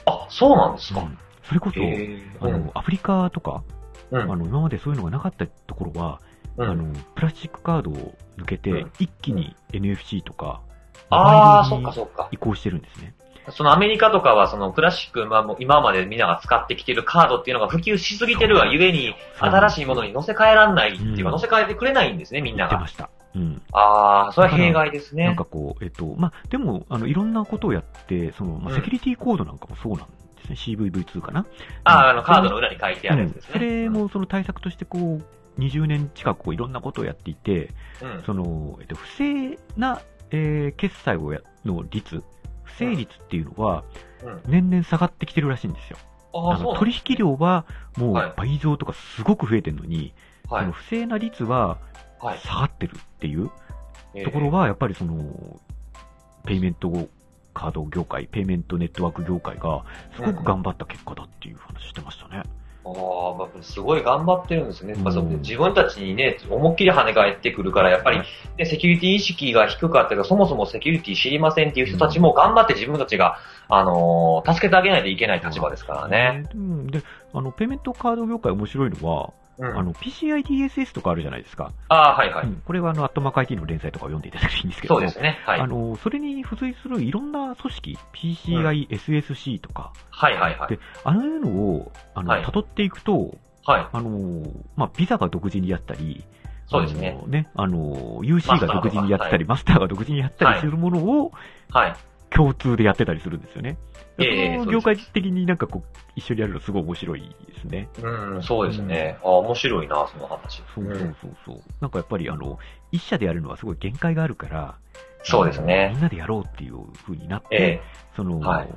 Speaker 2: あ、そうなんです
Speaker 1: う
Speaker 2: か。
Speaker 1: んそれこそ、
Speaker 2: ええ
Speaker 1: あの、アフリカとか、
Speaker 2: う
Speaker 1: あ
Speaker 2: ん。
Speaker 1: の、今までそういうのがなかったところは、
Speaker 2: う
Speaker 1: あ
Speaker 2: ん。
Speaker 1: の、プラスチックカードを抜けて、
Speaker 2: うん
Speaker 1: 一気に NFC とか、
Speaker 2: ああ、
Speaker 1: モバ
Speaker 2: そ
Speaker 1: イルに
Speaker 2: っかそっか。
Speaker 1: 移行してるんですね。
Speaker 2: そのアメリカとかはそのクラシック、まあもう今までみんなが使ってきてるカードっていうのが普及しすぎてるがゆえに、新しいものに乗せ替えらんないっていうか、
Speaker 1: うん
Speaker 2: 乗せ替えてくれないんですね、みん
Speaker 1: 言
Speaker 2: な
Speaker 1: って
Speaker 2: が
Speaker 1: ま。した。うん。
Speaker 2: ああ、それは弊害です
Speaker 1: なん
Speaker 2: ね
Speaker 1: か。こう、えっと、まあ、でも、あの、いろんなことをやって、その、ま
Speaker 2: う
Speaker 1: あ、
Speaker 2: ん
Speaker 1: セキュリティコードなんかもそうなんですね。CVV2 かな。
Speaker 2: ああ、あの、カードの裏に書いてあるやつ
Speaker 1: うん
Speaker 2: ですね。
Speaker 1: それ、も、その対策として、こう、20年近くこういろんなことをやっていて、
Speaker 2: うん。
Speaker 1: その、えっと、不正な、えー決済をや、の率、不正率っていうのは、
Speaker 2: うん。
Speaker 1: 年々下がってきてるらしいんですよ。
Speaker 2: ああ、
Speaker 1: あ
Speaker 2: そう
Speaker 1: の
Speaker 2: なん
Speaker 1: 取引量はも
Speaker 2: はいう
Speaker 1: 倍増とかすごく増えてるのに、
Speaker 2: は
Speaker 1: その
Speaker 2: い。
Speaker 1: 不正な率は
Speaker 2: は
Speaker 1: 下がってるっていう
Speaker 2: い。
Speaker 1: ところは、やっぱりその、ペイメントカード業界、ペイメントネットワーク業界が、すごく頑張った結果だっていう話してましたね。
Speaker 2: ああ、まあ、すごい頑張ってるんですね。まあ、その
Speaker 1: うん
Speaker 2: 自分たちにね、思いっきり跳ね返ってくるから、やっぱり、ね、セキュリティ意識が低かったけど、そもそもセキュリティ知りませんっていう人たちも頑張って自分たちが、あのー助けてあげないといけない立場ですからね。
Speaker 1: うん。で、あの、ペイメントカード業界面白いのは、
Speaker 2: うん。
Speaker 1: あの、PCI DSS とかあるじゃないですか。
Speaker 2: ああ、はいは
Speaker 1: う
Speaker 2: い。
Speaker 1: んこれはあの、アットマーク IT の連載とかを読んでいただくといいんですけど
Speaker 2: そう
Speaker 1: も、
Speaker 2: ですね。はい。
Speaker 1: あ
Speaker 2: はい
Speaker 1: の、それに付随するいろんな組織、PCI SSC とか、
Speaker 2: はいはい。
Speaker 1: であのいうのを、あの、
Speaker 2: はい
Speaker 1: 辿っていくと、
Speaker 2: はい。
Speaker 1: あのー、まあ、ビザが独自にやったり、
Speaker 2: そうですね
Speaker 1: あのー。ね、あのー、UC が独自にやったり、マスターが独自にやった
Speaker 2: はい
Speaker 1: りするものを
Speaker 2: はい。
Speaker 1: 共通でやってたりするんですよね。
Speaker 2: ええ
Speaker 1: そ
Speaker 2: そうです
Speaker 1: の業界的になんかこう、一緒にやるのすごい面白いですね。
Speaker 2: うん、そうですね。ああ、面白いな、その話。
Speaker 1: そうそううんそうそう。なんかやっぱりあの、一社でやるのはすごい限界があるから、
Speaker 2: そうです
Speaker 1: あの
Speaker 2: ね。
Speaker 1: みんなでやろうっていう風になって、
Speaker 2: ええ
Speaker 1: その、
Speaker 2: はい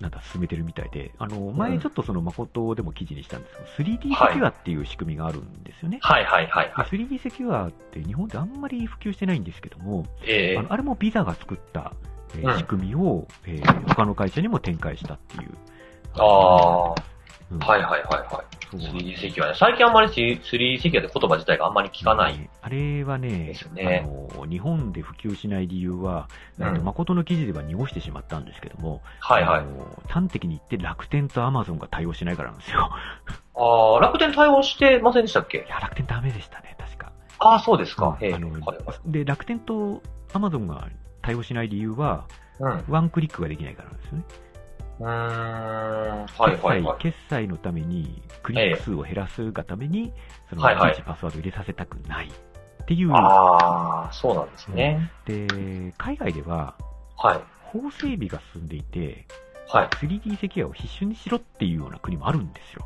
Speaker 1: なんだ、進めてるみたいで、あの、
Speaker 2: う
Speaker 1: 前
Speaker 2: ん
Speaker 1: ちょっとその、誠でも記事にしたんですけど、3D セキ
Speaker 2: はい
Speaker 1: ュアっていう仕組みがあるんですよね。
Speaker 2: はいはいはいはい。
Speaker 1: で 3D セキュアって日本であんまり普及してないんですけども、
Speaker 2: ええ
Speaker 1: あのあれもビザが作った、えー
Speaker 2: うん
Speaker 1: 仕組みを、えー他の会社にも展開したっていう。
Speaker 2: ああ、
Speaker 1: うん
Speaker 2: はいはいはいはい。
Speaker 1: そう
Speaker 2: 3D セキュアね。最近あんまり 3D セキュアって言葉自体があんまり聞かない。
Speaker 1: あれはね
Speaker 2: ですね
Speaker 1: あの、日本で普及しない理由は、
Speaker 2: うん
Speaker 1: あの誠の記事では濁してしまったんですけども、
Speaker 2: はいは
Speaker 1: あ
Speaker 2: い。
Speaker 1: の端的に言って楽天とアマゾンが対応しないからなんですよ。 [laughs]
Speaker 2: ああ、楽天対応してませんでしたっけ
Speaker 1: いや、楽天ダメでしたね、確か。
Speaker 2: ああ、そうですか。ええ
Speaker 1: あの
Speaker 2: はいはい
Speaker 1: で、楽天とアマゾンが対応しない理由は、
Speaker 2: うん。う
Speaker 1: ワンクリックができないからなんですよね。
Speaker 2: ーん。はいはいはい。
Speaker 1: 決済決済のために、クリック数を減らすがために、その、
Speaker 2: はいはい
Speaker 1: いちいちパスワード入れさせたくないっていう、
Speaker 2: ああ、そうなんですね。
Speaker 1: で、海外では、
Speaker 2: はい。
Speaker 1: 法整備が進んでいて、
Speaker 2: はい。
Speaker 1: 3D セキュアを必修にしろっていうような国もあるんですよ。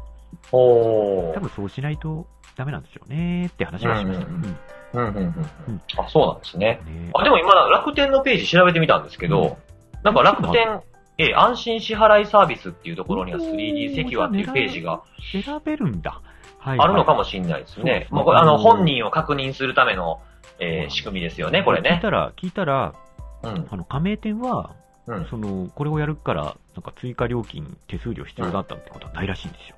Speaker 2: お
Speaker 1: 多
Speaker 2: ー。
Speaker 1: 分そうしないとダメなんですよねって話はしました。
Speaker 2: う
Speaker 1: うんん
Speaker 2: うんうんうんうんう
Speaker 1: うんん。
Speaker 2: あ、そうなんですね。
Speaker 1: ね
Speaker 2: あ、でも今、楽天のページ調べてみたんですけど、なんか楽天、ええ、安心支払いサービスっていうところには 3D セキュアっていうページが
Speaker 1: 選べるんだ。はい、
Speaker 2: あるのかも
Speaker 1: し
Speaker 2: しれないです
Speaker 1: そうで
Speaker 2: ね
Speaker 1: す。ね
Speaker 2: まあ、これ、あの、本人を確認するための、えー仕組みですよね、これ
Speaker 1: 聞い
Speaker 2: ね。
Speaker 1: たら、聞いたら、
Speaker 2: うん。
Speaker 1: あの、加盟店は、
Speaker 2: うん。
Speaker 1: その、これをやるから、なんか追加料金、手数料必要だったってことはないらしいんですよ。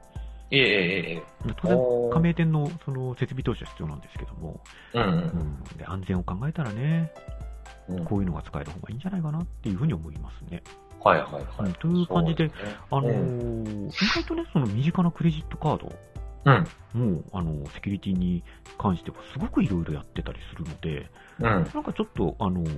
Speaker 2: えええええ
Speaker 1: 当
Speaker 2: え。
Speaker 1: 然、
Speaker 2: おー
Speaker 1: 加盟店の、その、設備投資は必要なんですけども、
Speaker 2: うんう
Speaker 1: うんん。で、安全を考えたらね、
Speaker 2: うん。うん
Speaker 1: こういうのが使える方がいいんじゃないかなっていうふうに思いますね。
Speaker 2: はいはいは
Speaker 1: うん
Speaker 2: い。
Speaker 1: という感じで
Speaker 2: そうすね
Speaker 1: あのー
Speaker 2: うん
Speaker 1: 意外とね、その身近なクレジットカード、
Speaker 2: うん。
Speaker 1: もう、あの、セキュリティに関してはすごくいろいろやってたりするので、
Speaker 2: うん。
Speaker 1: なんかちょっと、あのー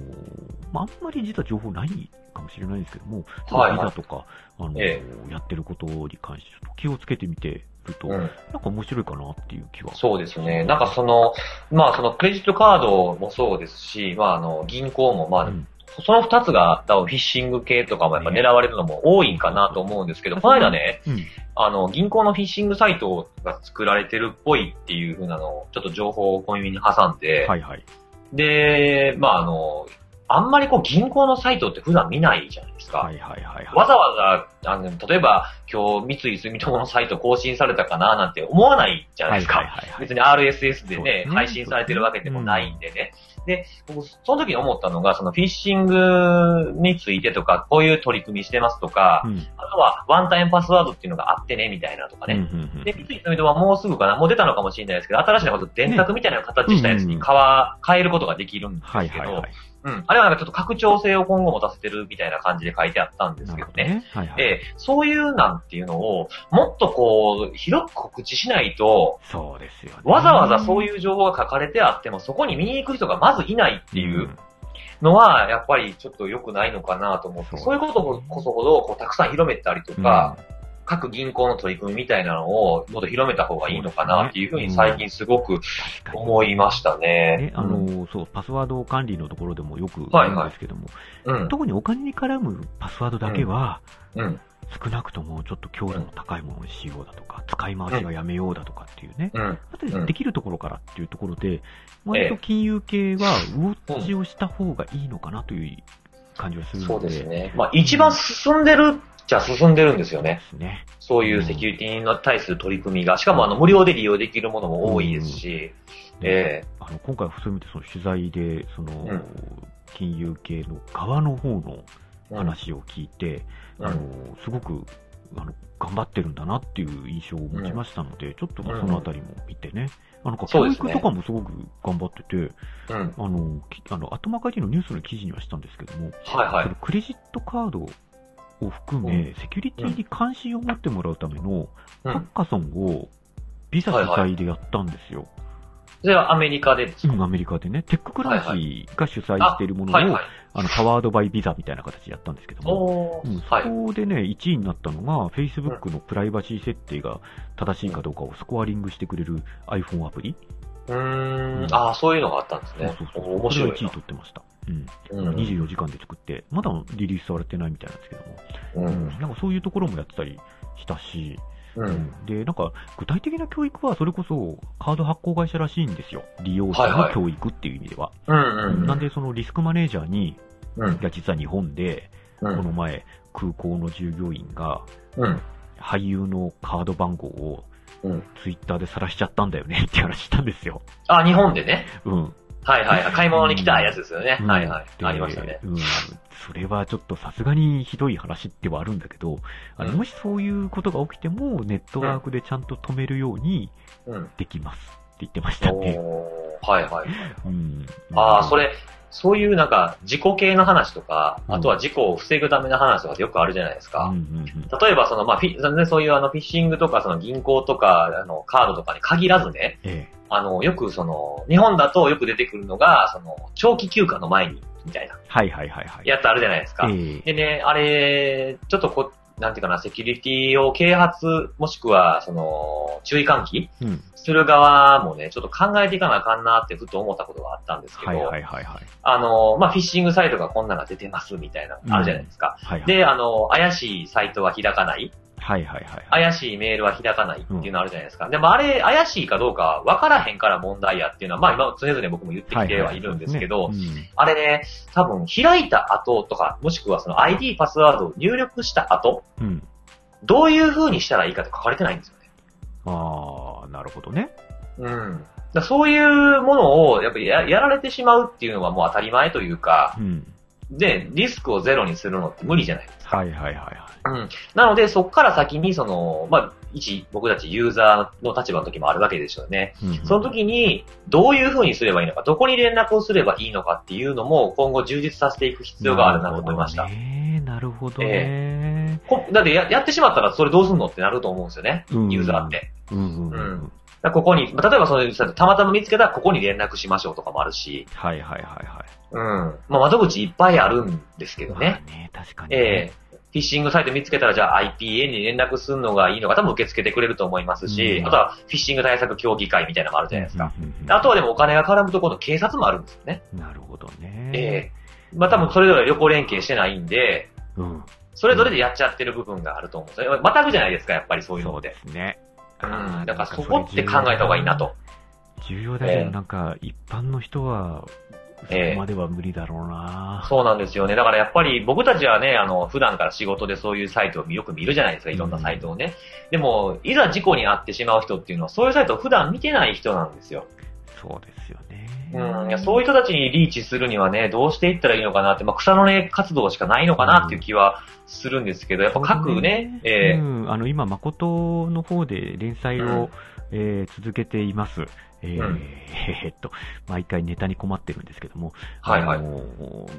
Speaker 1: まあ、あんまり実は情報ないかもしれないんですけども、ちょっ
Speaker 2: はい
Speaker 1: とビ
Speaker 2: はい
Speaker 1: ザとか、あのー
Speaker 2: え
Speaker 1: やってることに関してちょっと気をつけてみてると、
Speaker 2: う
Speaker 1: なん
Speaker 2: ん。
Speaker 1: か面白いかなっていう気は。
Speaker 2: そうですね。なんかその、まあそのクレジットカードもそうですし、まああの、銀行もまあ、
Speaker 1: うん
Speaker 2: その二つがあったフィッシング系とかもやっぱ狙われるのも多いんかなと思うんですけど、
Speaker 1: うん
Speaker 2: この間ね、
Speaker 1: うん
Speaker 2: あの、銀行のフィッシングサイトが作られてるっぽいっていう風なのを、ちょっと情報を小耳に挟んで、
Speaker 1: はいはい。
Speaker 2: で、まああの、あんまりこう銀行のサイトって普段見ないじゃないですか。
Speaker 1: はいはいはい
Speaker 2: わ
Speaker 1: は
Speaker 2: ざわざ、あの、例えば、今日、三井住友のサイト更新されたかななんて思わないじ
Speaker 1: い。
Speaker 2: ゃないですか。
Speaker 1: はいはいはい
Speaker 2: 別に RSS で
Speaker 1: そう
Speaker 2: ね
Speaker 1: で、すね
Speaker 2: 配信されてるわけでもないんでね。で、僕、その時に思ったのが、そのフィッシングについてとか、こういう取り組みしてますとか、
Speaker 1: うん
Speaker 2: あとはワンタイムパスワードっていうのがあってね、みたいなとか
Speaker 1: うん
Speaker 2: ね。
Speaker 1: うんうん
Speaker 2: で、三井住友はもうすぐかな、もう出たのかもしれないですけど、新しいこと、電卓みたいな形したやつに変わ、変えることができるんで
Speaker 1: はい
Speaker 2: すけ
Speaker 1: はい
Speaker 2: ど
Speaker 1: は、い。
Speaker 2: うん。あれはなんかちょっと拡張性を今後持たせてるみたいな感じで書いてあったんです
Speaker 1: な
Speaker 2: け
Speaker 1: る
Speaker 2: ど
Speaker 1: ほど
Speaker 2: ね。
Speaker 1: ね。はいはい。
Speaker 2: えーそういうなんていうのを、もっとこう、広く告知しないと、
Speaker 1: そうですよね。
Speaker 2: わざわざそう
Speaker 1: っ
Speaker 2: いう情報が書かれてあっても、そこに見に行く人がまずいないっていう。のは、やっぱりちょっと良くないのかなと思っ
Speaker 1: そ
Speaker 2: て、
Speaker 1: う
Speaker 2: そういうことこそほど、こう、たくさん広めたりと
Speaker 1: うん
Speaker 2: か、各銀行の取り組みみたいなのを、もっと広めた方がいいのかなっていうふうに最近すごく
Speaker 1: 確かに
Speaker 2: 思いましたね
Speaker 1: ね。、あ
Speaker 2: うん、
Speaker 1: の、そう、パスワード管理のところでもよく
Speaker 2: はい
Speaker 1: 言
Speaker 2: は
Speaker 1: うん
Speaker 2: い
Speaker 1: ですけども、
Speaker 2: うん。
Speaker 1: 特にお金に絡むパスワードだけは、
Speaker 2: うん。
Speaker 1: 少なくともちょっと強度の高いものにしようだとか、使い回しはやめようだとかっていうね、
Speaker 2: うん。
Speaker 1: あと
Speaker 2: うん
Speaker 1: でできるところからっていうところで、割と金融系はウォッチをした方がいいのかなという感じはする
Speaker 2: そ
Speaker 1: の
Speaker 2: う
Speaker 1: で、
Speaker 2: ですね。まあ、一番進んでるっちゃ進んでるんですよね。
Speaker 1: ですね。
Speaker 2: そういうセキュリティに対する取り組みが、しかもあの無料で利用できるものも多いですし、ええ
Speaker 1: あの今回、そういう意味でその取材で、その、
Speaker 2: うん
Speaker 1: 金融系の側の方の
Speaker 2: うん
Speaker 1: 話を聞いて、
Speaker 2: うん
Speaker 1: あのすごくあの頑張ってるんだなっていう印象を持ちましたので、ちょっとまあそのあたりも見てね、あのなんか
Speaker 2: そう
Speaker 1: 教
Speaker 2: ですね
Speaker 1: 育とかもすごく頑張ってて、
Speaker 2: うん。
Speaker 1: あのきあの後まかりのニュースの記事にはしたんですけども、
Speaker 2: はいは
Speaker 1: そ
Speaker 2: い
Speaker 1: の。クレジットカードを含め、セキュリティに関心を持ってもらうための
Speaker 2: う
Speaker 1: ハ
Speaker 2: ん。
Speaker 1: ッカソンをビザ主催でやったんですよ、
Speaker 2: それはアメリカでですか、
Speaker 1: うんアメリカでね、テッククランシーが主催しているものを、
Speaker 2: はいはい。
Speaker 1: あのパワードバイビザみたいな形でやったんですけども。
Speaker 2: お
Speaker 1: うん、
Speaker 2: ー。
Speaker 1: そ
Speaker 2: はい。
Speaker 1: こでね、1位になったのが、Facebook のプライバシー設定が正しいかどうかをスコアリングしてくれる iPhone アプリ、
Speaker 2: うーん。ああ、そういうのがあったんですね
Speaker 1: そう。そうそう
Speaker 2: 面白
Speaker 1: これが1位
Speaker 2: い
Speaker 1: 取ってました、うん
Speaker 2: な。うん。
Speaker 1: 24時間で作って、まだリリースされてないみたいなんですけども、
Speaker 2: う
Speaker 1: うん
Speaker 2: ん。
Speaker 1: なんかそういうところもやってたりしたし、
Speaker 2: う。
Speaker 1: うんんでなんか具体的な教育はそれこそカード発行会社らしいんですよ、利用者
Speaker 2: はいは
Speaker 1: の
Speaker 2: い
Speaker 1: 教育っていう意味では。
Speaker 2: うん。
Speaker 1: なんで、そのリスクマネージャーに、
Speaker 2: うん。うん
Speaker 1: い。や、実は日本で、
Speaker 2: う
Speaker 1: こ
Speaker 2: ん
Speaker 1: の前、空港の従業員が、
Speaker 2: うん。
Speaker 1: 俳優のカード番号を
Speaker 2: うん。
Speaker 1: ツイッターで晒しちゃったんだよねって [laughs] 話したんですよ。
Speaker 2: あ、日本でね。
Speaker 1: うん。
Speaker 2: はいはいはい。買い物に来たやつですよね。
Speaker 1: うん
Speaker 2: はいはい。
Speaker 1: で
Speaker 2: ありましたね。
Speaker 1: うん。それはちょっとさすがにひどい話ではあるんだけど、あの
Speaker 2: うん
Speaker 1: もしそういうことが起きても、ネットワークでちゃんと止めるように
Speaker 2: うん。
Speaker 1: できますって言ってました
Speaker 2: お
Speaker 1: ね。
Speaker 2: ー。はいはい。
Speaker 1: うん。
Speaker 2: ああ、そ。れ、そういうなんか、事故系の話とか、
Speaker 1: うん
Speaker 2: あとは事故を防ぐための話とかってよくあるじゃないです
Speaker 1: うん
Speaker 2: か。
Speaker 1: うん
Speaker 2: 例えば、その、まあ、フィ全然そういうあの、フィッシングとか、その銀行とか、あの、カードとかに限らずね、
Speaker 1: うん。ええ。
Speaker 2: あの、よくその、日本だとよく出てくるのが、その、長期休暇の前に、みたいな、
Speaker 1: はいはいはいはい。
Speaker 2: やつあるじゃないですか。
Speaker 1: ええ。
Speaker 2: でね、あれ、ちょっとこ、なんていうかな、セキュリティを啓発、もしくは、その、注意喚起
Speaker 1: うん。
Speaker 2: する側もね、ちょっと考えていかなあかんなってふと思ったことがあったんですけど、
Speaker 1: はいはいはいはい。
Speaker 2: あの、まあ、フィッシングサイトがこんなのが出てますみたいな
Speaker 1: う、ん
Speaker 2: あるじゃないですか。
Speaker 1: はいはい。
Speaker 2: で、あの、怪しいサイトは開かない、
Speaker 1: はいはいはいはい。
Speaker 2: 怪しいメールは開かないっていうのあるじゃないですか。でもあれ、怪しいかどうか分からへんから問題やっていうのは、まあ、今常々僕も言ってきてはいるんですけど、
Speaker 1: はいはいそうですね
Speaker 2: あれね、多分開いた後とか、もしくはその ID、パスワードを入力した後、
Speaker 1: うん。うん。
Speaker 2: どういう風にしたらいいかって書かれてないんですよね。
Speaker 1: ああ、なるほどね。
Speaker 2: うん。だからそういうものをやっぱりややられてしまうっていうのはもう当たり前というか、
Speaker 1: うん。
Speaker 2: で、リスクをゼロにするのって無理じゃない。
Speaker 1: はいはいはいは
Speaker 2: うん。なので、そこから先に、その、まあ、一、僕たちユーザーの立場の時もあるわけですよね。
Speaker 1: い。うん
Speaker 2: その時に、どういうふうにすればいいのか、どこに連絡をすればいいのかっていうのも、今後充実させていく必要があるなと思いました。
Speaker 1: なるほどね。
Speaker 2: こだってややってしまったら、それどうすんのってなると思うんですよね。
Speaker 1: うん
Speaker 2: ユーザーって。
Speaker 1: うんうんう
Speaker 2: うんん。だからここに、まあ例えばその、たまたま見つけたら、ここに連絡しましょうとかもあるし、
Speaker 1: はいはいはいは
Speaker 2: うん。まあ、窓口いっぱいあるんですけ
Speaker 1: い。
Speaker 2: ど
Speaker 1: まあ
Speaker 2: ね。
Speaker 1: ね、確かにね。
Speaker 2: ええフィッシングサイト見つけたら、じゃあ IPA に連絡するのがいいのか、多分受け付けてくれると思いますし、
Speaker 1: うん
Speaker 2: あとはフィッシング対策協議会みたいなのもあるじゃないですか。
Speaker 1: うんうんうん。
Speaker 2: あとはでもお金が絡むところの警察もあるんですよね。
Speaker 1: なるほど
Speaker 2: え
Speaker 1: ね。
Speaker 2: えまあ多分それぞれ旅行連携してないんで、
Speaker 1: うん。
Speaker 2: それぞれでやっちゃってる部分があると思うんですよね。またぐじゃないですか、やっぱりそういう
Speaker 1: そ
Speaker 2: の
Speaker 1: うで
Speaker 2: で。
Speaker 1: すね。
Speaker 2: うん。
Speaker 1: あー
Speaker 2: だからそこって考えた方がいいな。と。
Speaker 1: 重要だけ
Speaker 2: え
Speaker 1: ど、
Speaker 2: え
Speaker 1: なんか、一般の人は、そこまでは無理だろうな。
Speaker 2: そうなんですよね。だからやっぱり僕たちはね、あの、普段から仕事でそういうサイトをよく見るじゃないですか、いろんなサイトをね。でも、いざ事故に遭ってしまう人っていうのは、そういうサイトを普段見てない人なんですよ。
Speaker 1: そうですよね。
Speaker 2: うん、いやそういう人たちにリーチするにはね、どうしていったらいいのかなって、まあ、草の根活動しかないのかなっていう気はするんですけど、やっぱ各ね、えー
Speaker 1: うん、あの今、誠の方で連載を、えー続けています。えー
Speaker 2: うん
Speaker 1: えーっと、毎回ネタに困ってるんですけども、
Speaker 2: はいはい
Speaker 1: あのー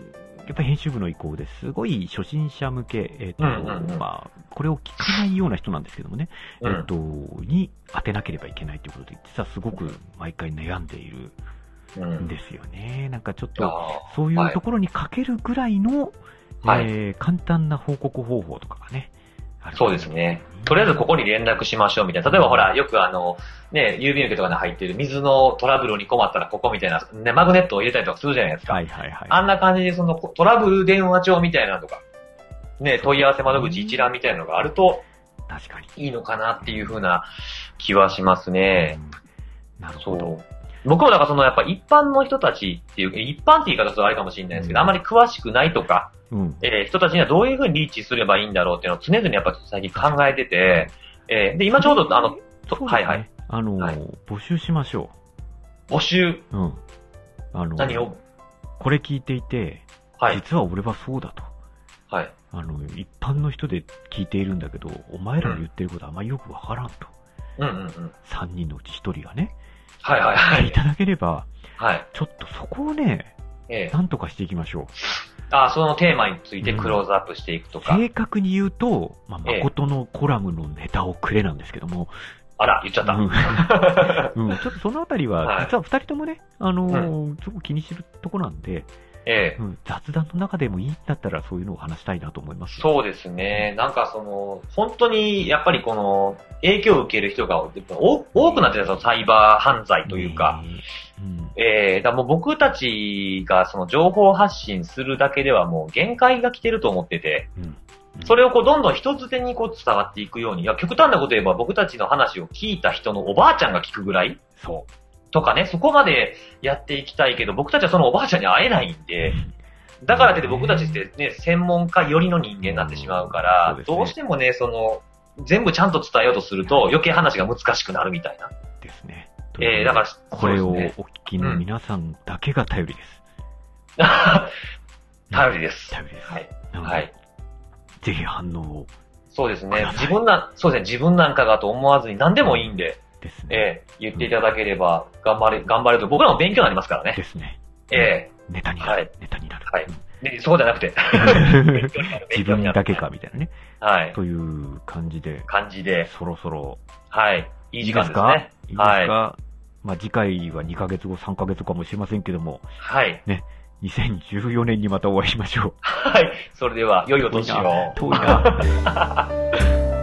Speaker 1: やっぱり編集部の意向ですごい初心者向け、えーっと、
Speaker 2: うんうんうん
Speaker 1: まあ、これを聞かないような人なんですけどもね、
Speaker 2: う
Speaker 1: えーっ
Speaker 2: ん、
Speaker 1: と、に当てなければいけないということで、実はすごく毎回悩んでいる
Speaker 2: うんん。
Speaker 1: ですよね。なんかちょっ
Speaker 2: あ
Speaker 1: と、そういうところにかけるぐらいの、
Speaker 2: ーはい、
Speaker 1: えー簡単な報告方法とかがね、ある
Speaker 2: そうですね。とりあえずここに連絡しましょうみたいな。例えばほら、よくあの、ね、郵便受けとかに入ってる水のトラブルに困ったらここみたいな、ね、マグネットを入れたりとかするじゃないですか。
Speaker 1: はいはいはい。
Speaker 2: あんな感じでそのトラブル電話帳みたいなのとか、ね、問い合わせ窓口一覧みたいなのがあると
Speaker 1: 確かに。
Speaker 2: いいのかなっていうふうな気はしますね。
Speaker 1: うんなる
Speaker 2: そ
Speaker 1: ほど。
Speaker 2: う。僕もだからそのやっぱ一般の人たちっていう、一般って言い方するとあれかもしれないですけど、
Speaker 1: うん
Speaker 2: あまり詳しくないとか、
Speaker 1: うん。
Speaker 2: えー人たちにはどういうふうにリーチすればいいんだろうっていうのを常々やっぱ最近考えてて、えーで、今ちょうどあの、
Speaker 1: そ
Speaker 2: と
Speaker 1: うですね
Speaker 2: はいはい、。
Speaker 1: あのー、
Speaker 2: はい
Speaker 1: 募集しましょ
Speaker 2: 募集、
Speaker 1: う。うん。あのー、
Speaker 2: 何を、
Speaker 1: これ聞いていて、
Speaker 2: はい、
Speaker 1: 実は俺はそうだと。
Speaker 2: はい。
Speaker 1: あの、一般の人で聞いているんだけど、お前らの言ってることあんまりよくわからんと。
Speaker 2: うんうんうん。
Speaker 1: 三人のうち一人がね、
Speaker 2: はいはいは
Speaker 1: 聞い
Speaker 2: い。
Speaker 1: ただければ、
Speaker 2: はい。
Speaker 1: ちょっとそこをね、
Speaker 2: えー
Speaker 1: なんとかしていきましょう。
Speaker 2: あー、そのテーマについてクローズアップしていくとか。
Speaker 1: 正確に言うと、まあ、
Speaker 2: ええ
Speaker 1: 誠のコラムのネタをくれなんですけども、
Speaker 2: あら、言っちゃった。
Speaker 1: うん、 [laughs] うんちょっとそのあたり
Speaker 2: は
Speaker 1: は、
Speaker 2: い
Speaker 1: 実は二人ともね、あのーすごく気にしてるとこなんで、
Speaker 2: えー
Speaker 1: うん、雑談の中でもいいんだったらそういうのを話したいなと思います。
Speaker 2: そうですね。なんかその、本当に、やっぱりこの、影響を受ける人がやっぱ多多くなってるんですよ、サイバー犯罪というか。
Speaker 1: ねえ。うん。
Speaker 2: えー、だからもう僕たちがその情報発信するだけではもう限界が来てると思ってて、
Speaker 1: うん
Speaker 2: それをこうどんどん人づてにこう伝わっていくように、いや、極端なこと言えば僕たちの話を聞いた人のおばあちゃんが聞くぐらい
Speaker 1: そ
Speaker 2: とかね、そこまでやっていきたいけど、僕たちはそのおばあちゃんに会えないん
Speaker 1: う。
Speaker 2: で、だからって僕たちってね、専門家寄りの人間になってしまうから、
Speaker 1: うんそうですね
Speaker 2: どうしてもね、その、全部ちゃんと伝えようとすると余計話が難しくなるみたいな。
Speaker 1: ですね。
Speaker 2: えー、だから、
Speaker 1: これを
Speaker 2: そ
Speaker 1: お
Speaker 2: うです
Speaker 1: 聞きの皆さんだけが頼りです。
Speaker 2: ね [laughs] 頼りです。
Speaker 1: 頼りです。
Speaker 2: はい。
Speaker 1: なので
Speaker 2: はい。
Speaker 1: ぜひ反応を
Speaker 2: そうです
Speaker 1: く
Speaker 2: ね
Speaker 1: だ。さい
Speaker 2: 自分な、そうですね。自分なんかがと思わずに何でもいいんで、
Speaker 1: ですね。
Speaker 2: ええ言っていただければ、頑張れ、頑張れると、僕らも勉強になりますからね。
Speaker 1: ですね。
Speaker 2: え
Speaker 1: ネタになる。
Speaker 2: はい
Speaker 1: ネタになる。
Speaker 2: はい
Speaker 1: うん
Speaker 2: えで、そうじゃなく [laughs] て、勉強になる。
Speaker 1: [laughs] 自
Speaker 2: 勉強
Speaker 1: 分
Speaker 2: になる
Speaker 1: だけかみたいなね。
Speaker 2: はい。
Speaker 1: という感じで、
Speaker 2: 感じで、
Speaker 1: そろそろ
Speaker 2: はい。いい時間ですね。
Speaker 1: いいですか、まあ、次回は2ヶ月後、3ヶ月後かもしれませんけども、
Speaker 2: はい。
Speaker 1: 2014年にまたお会いしましょう。
Speaker 2: はい。それでは、良いお年を。
Speaker 1: 遠いな。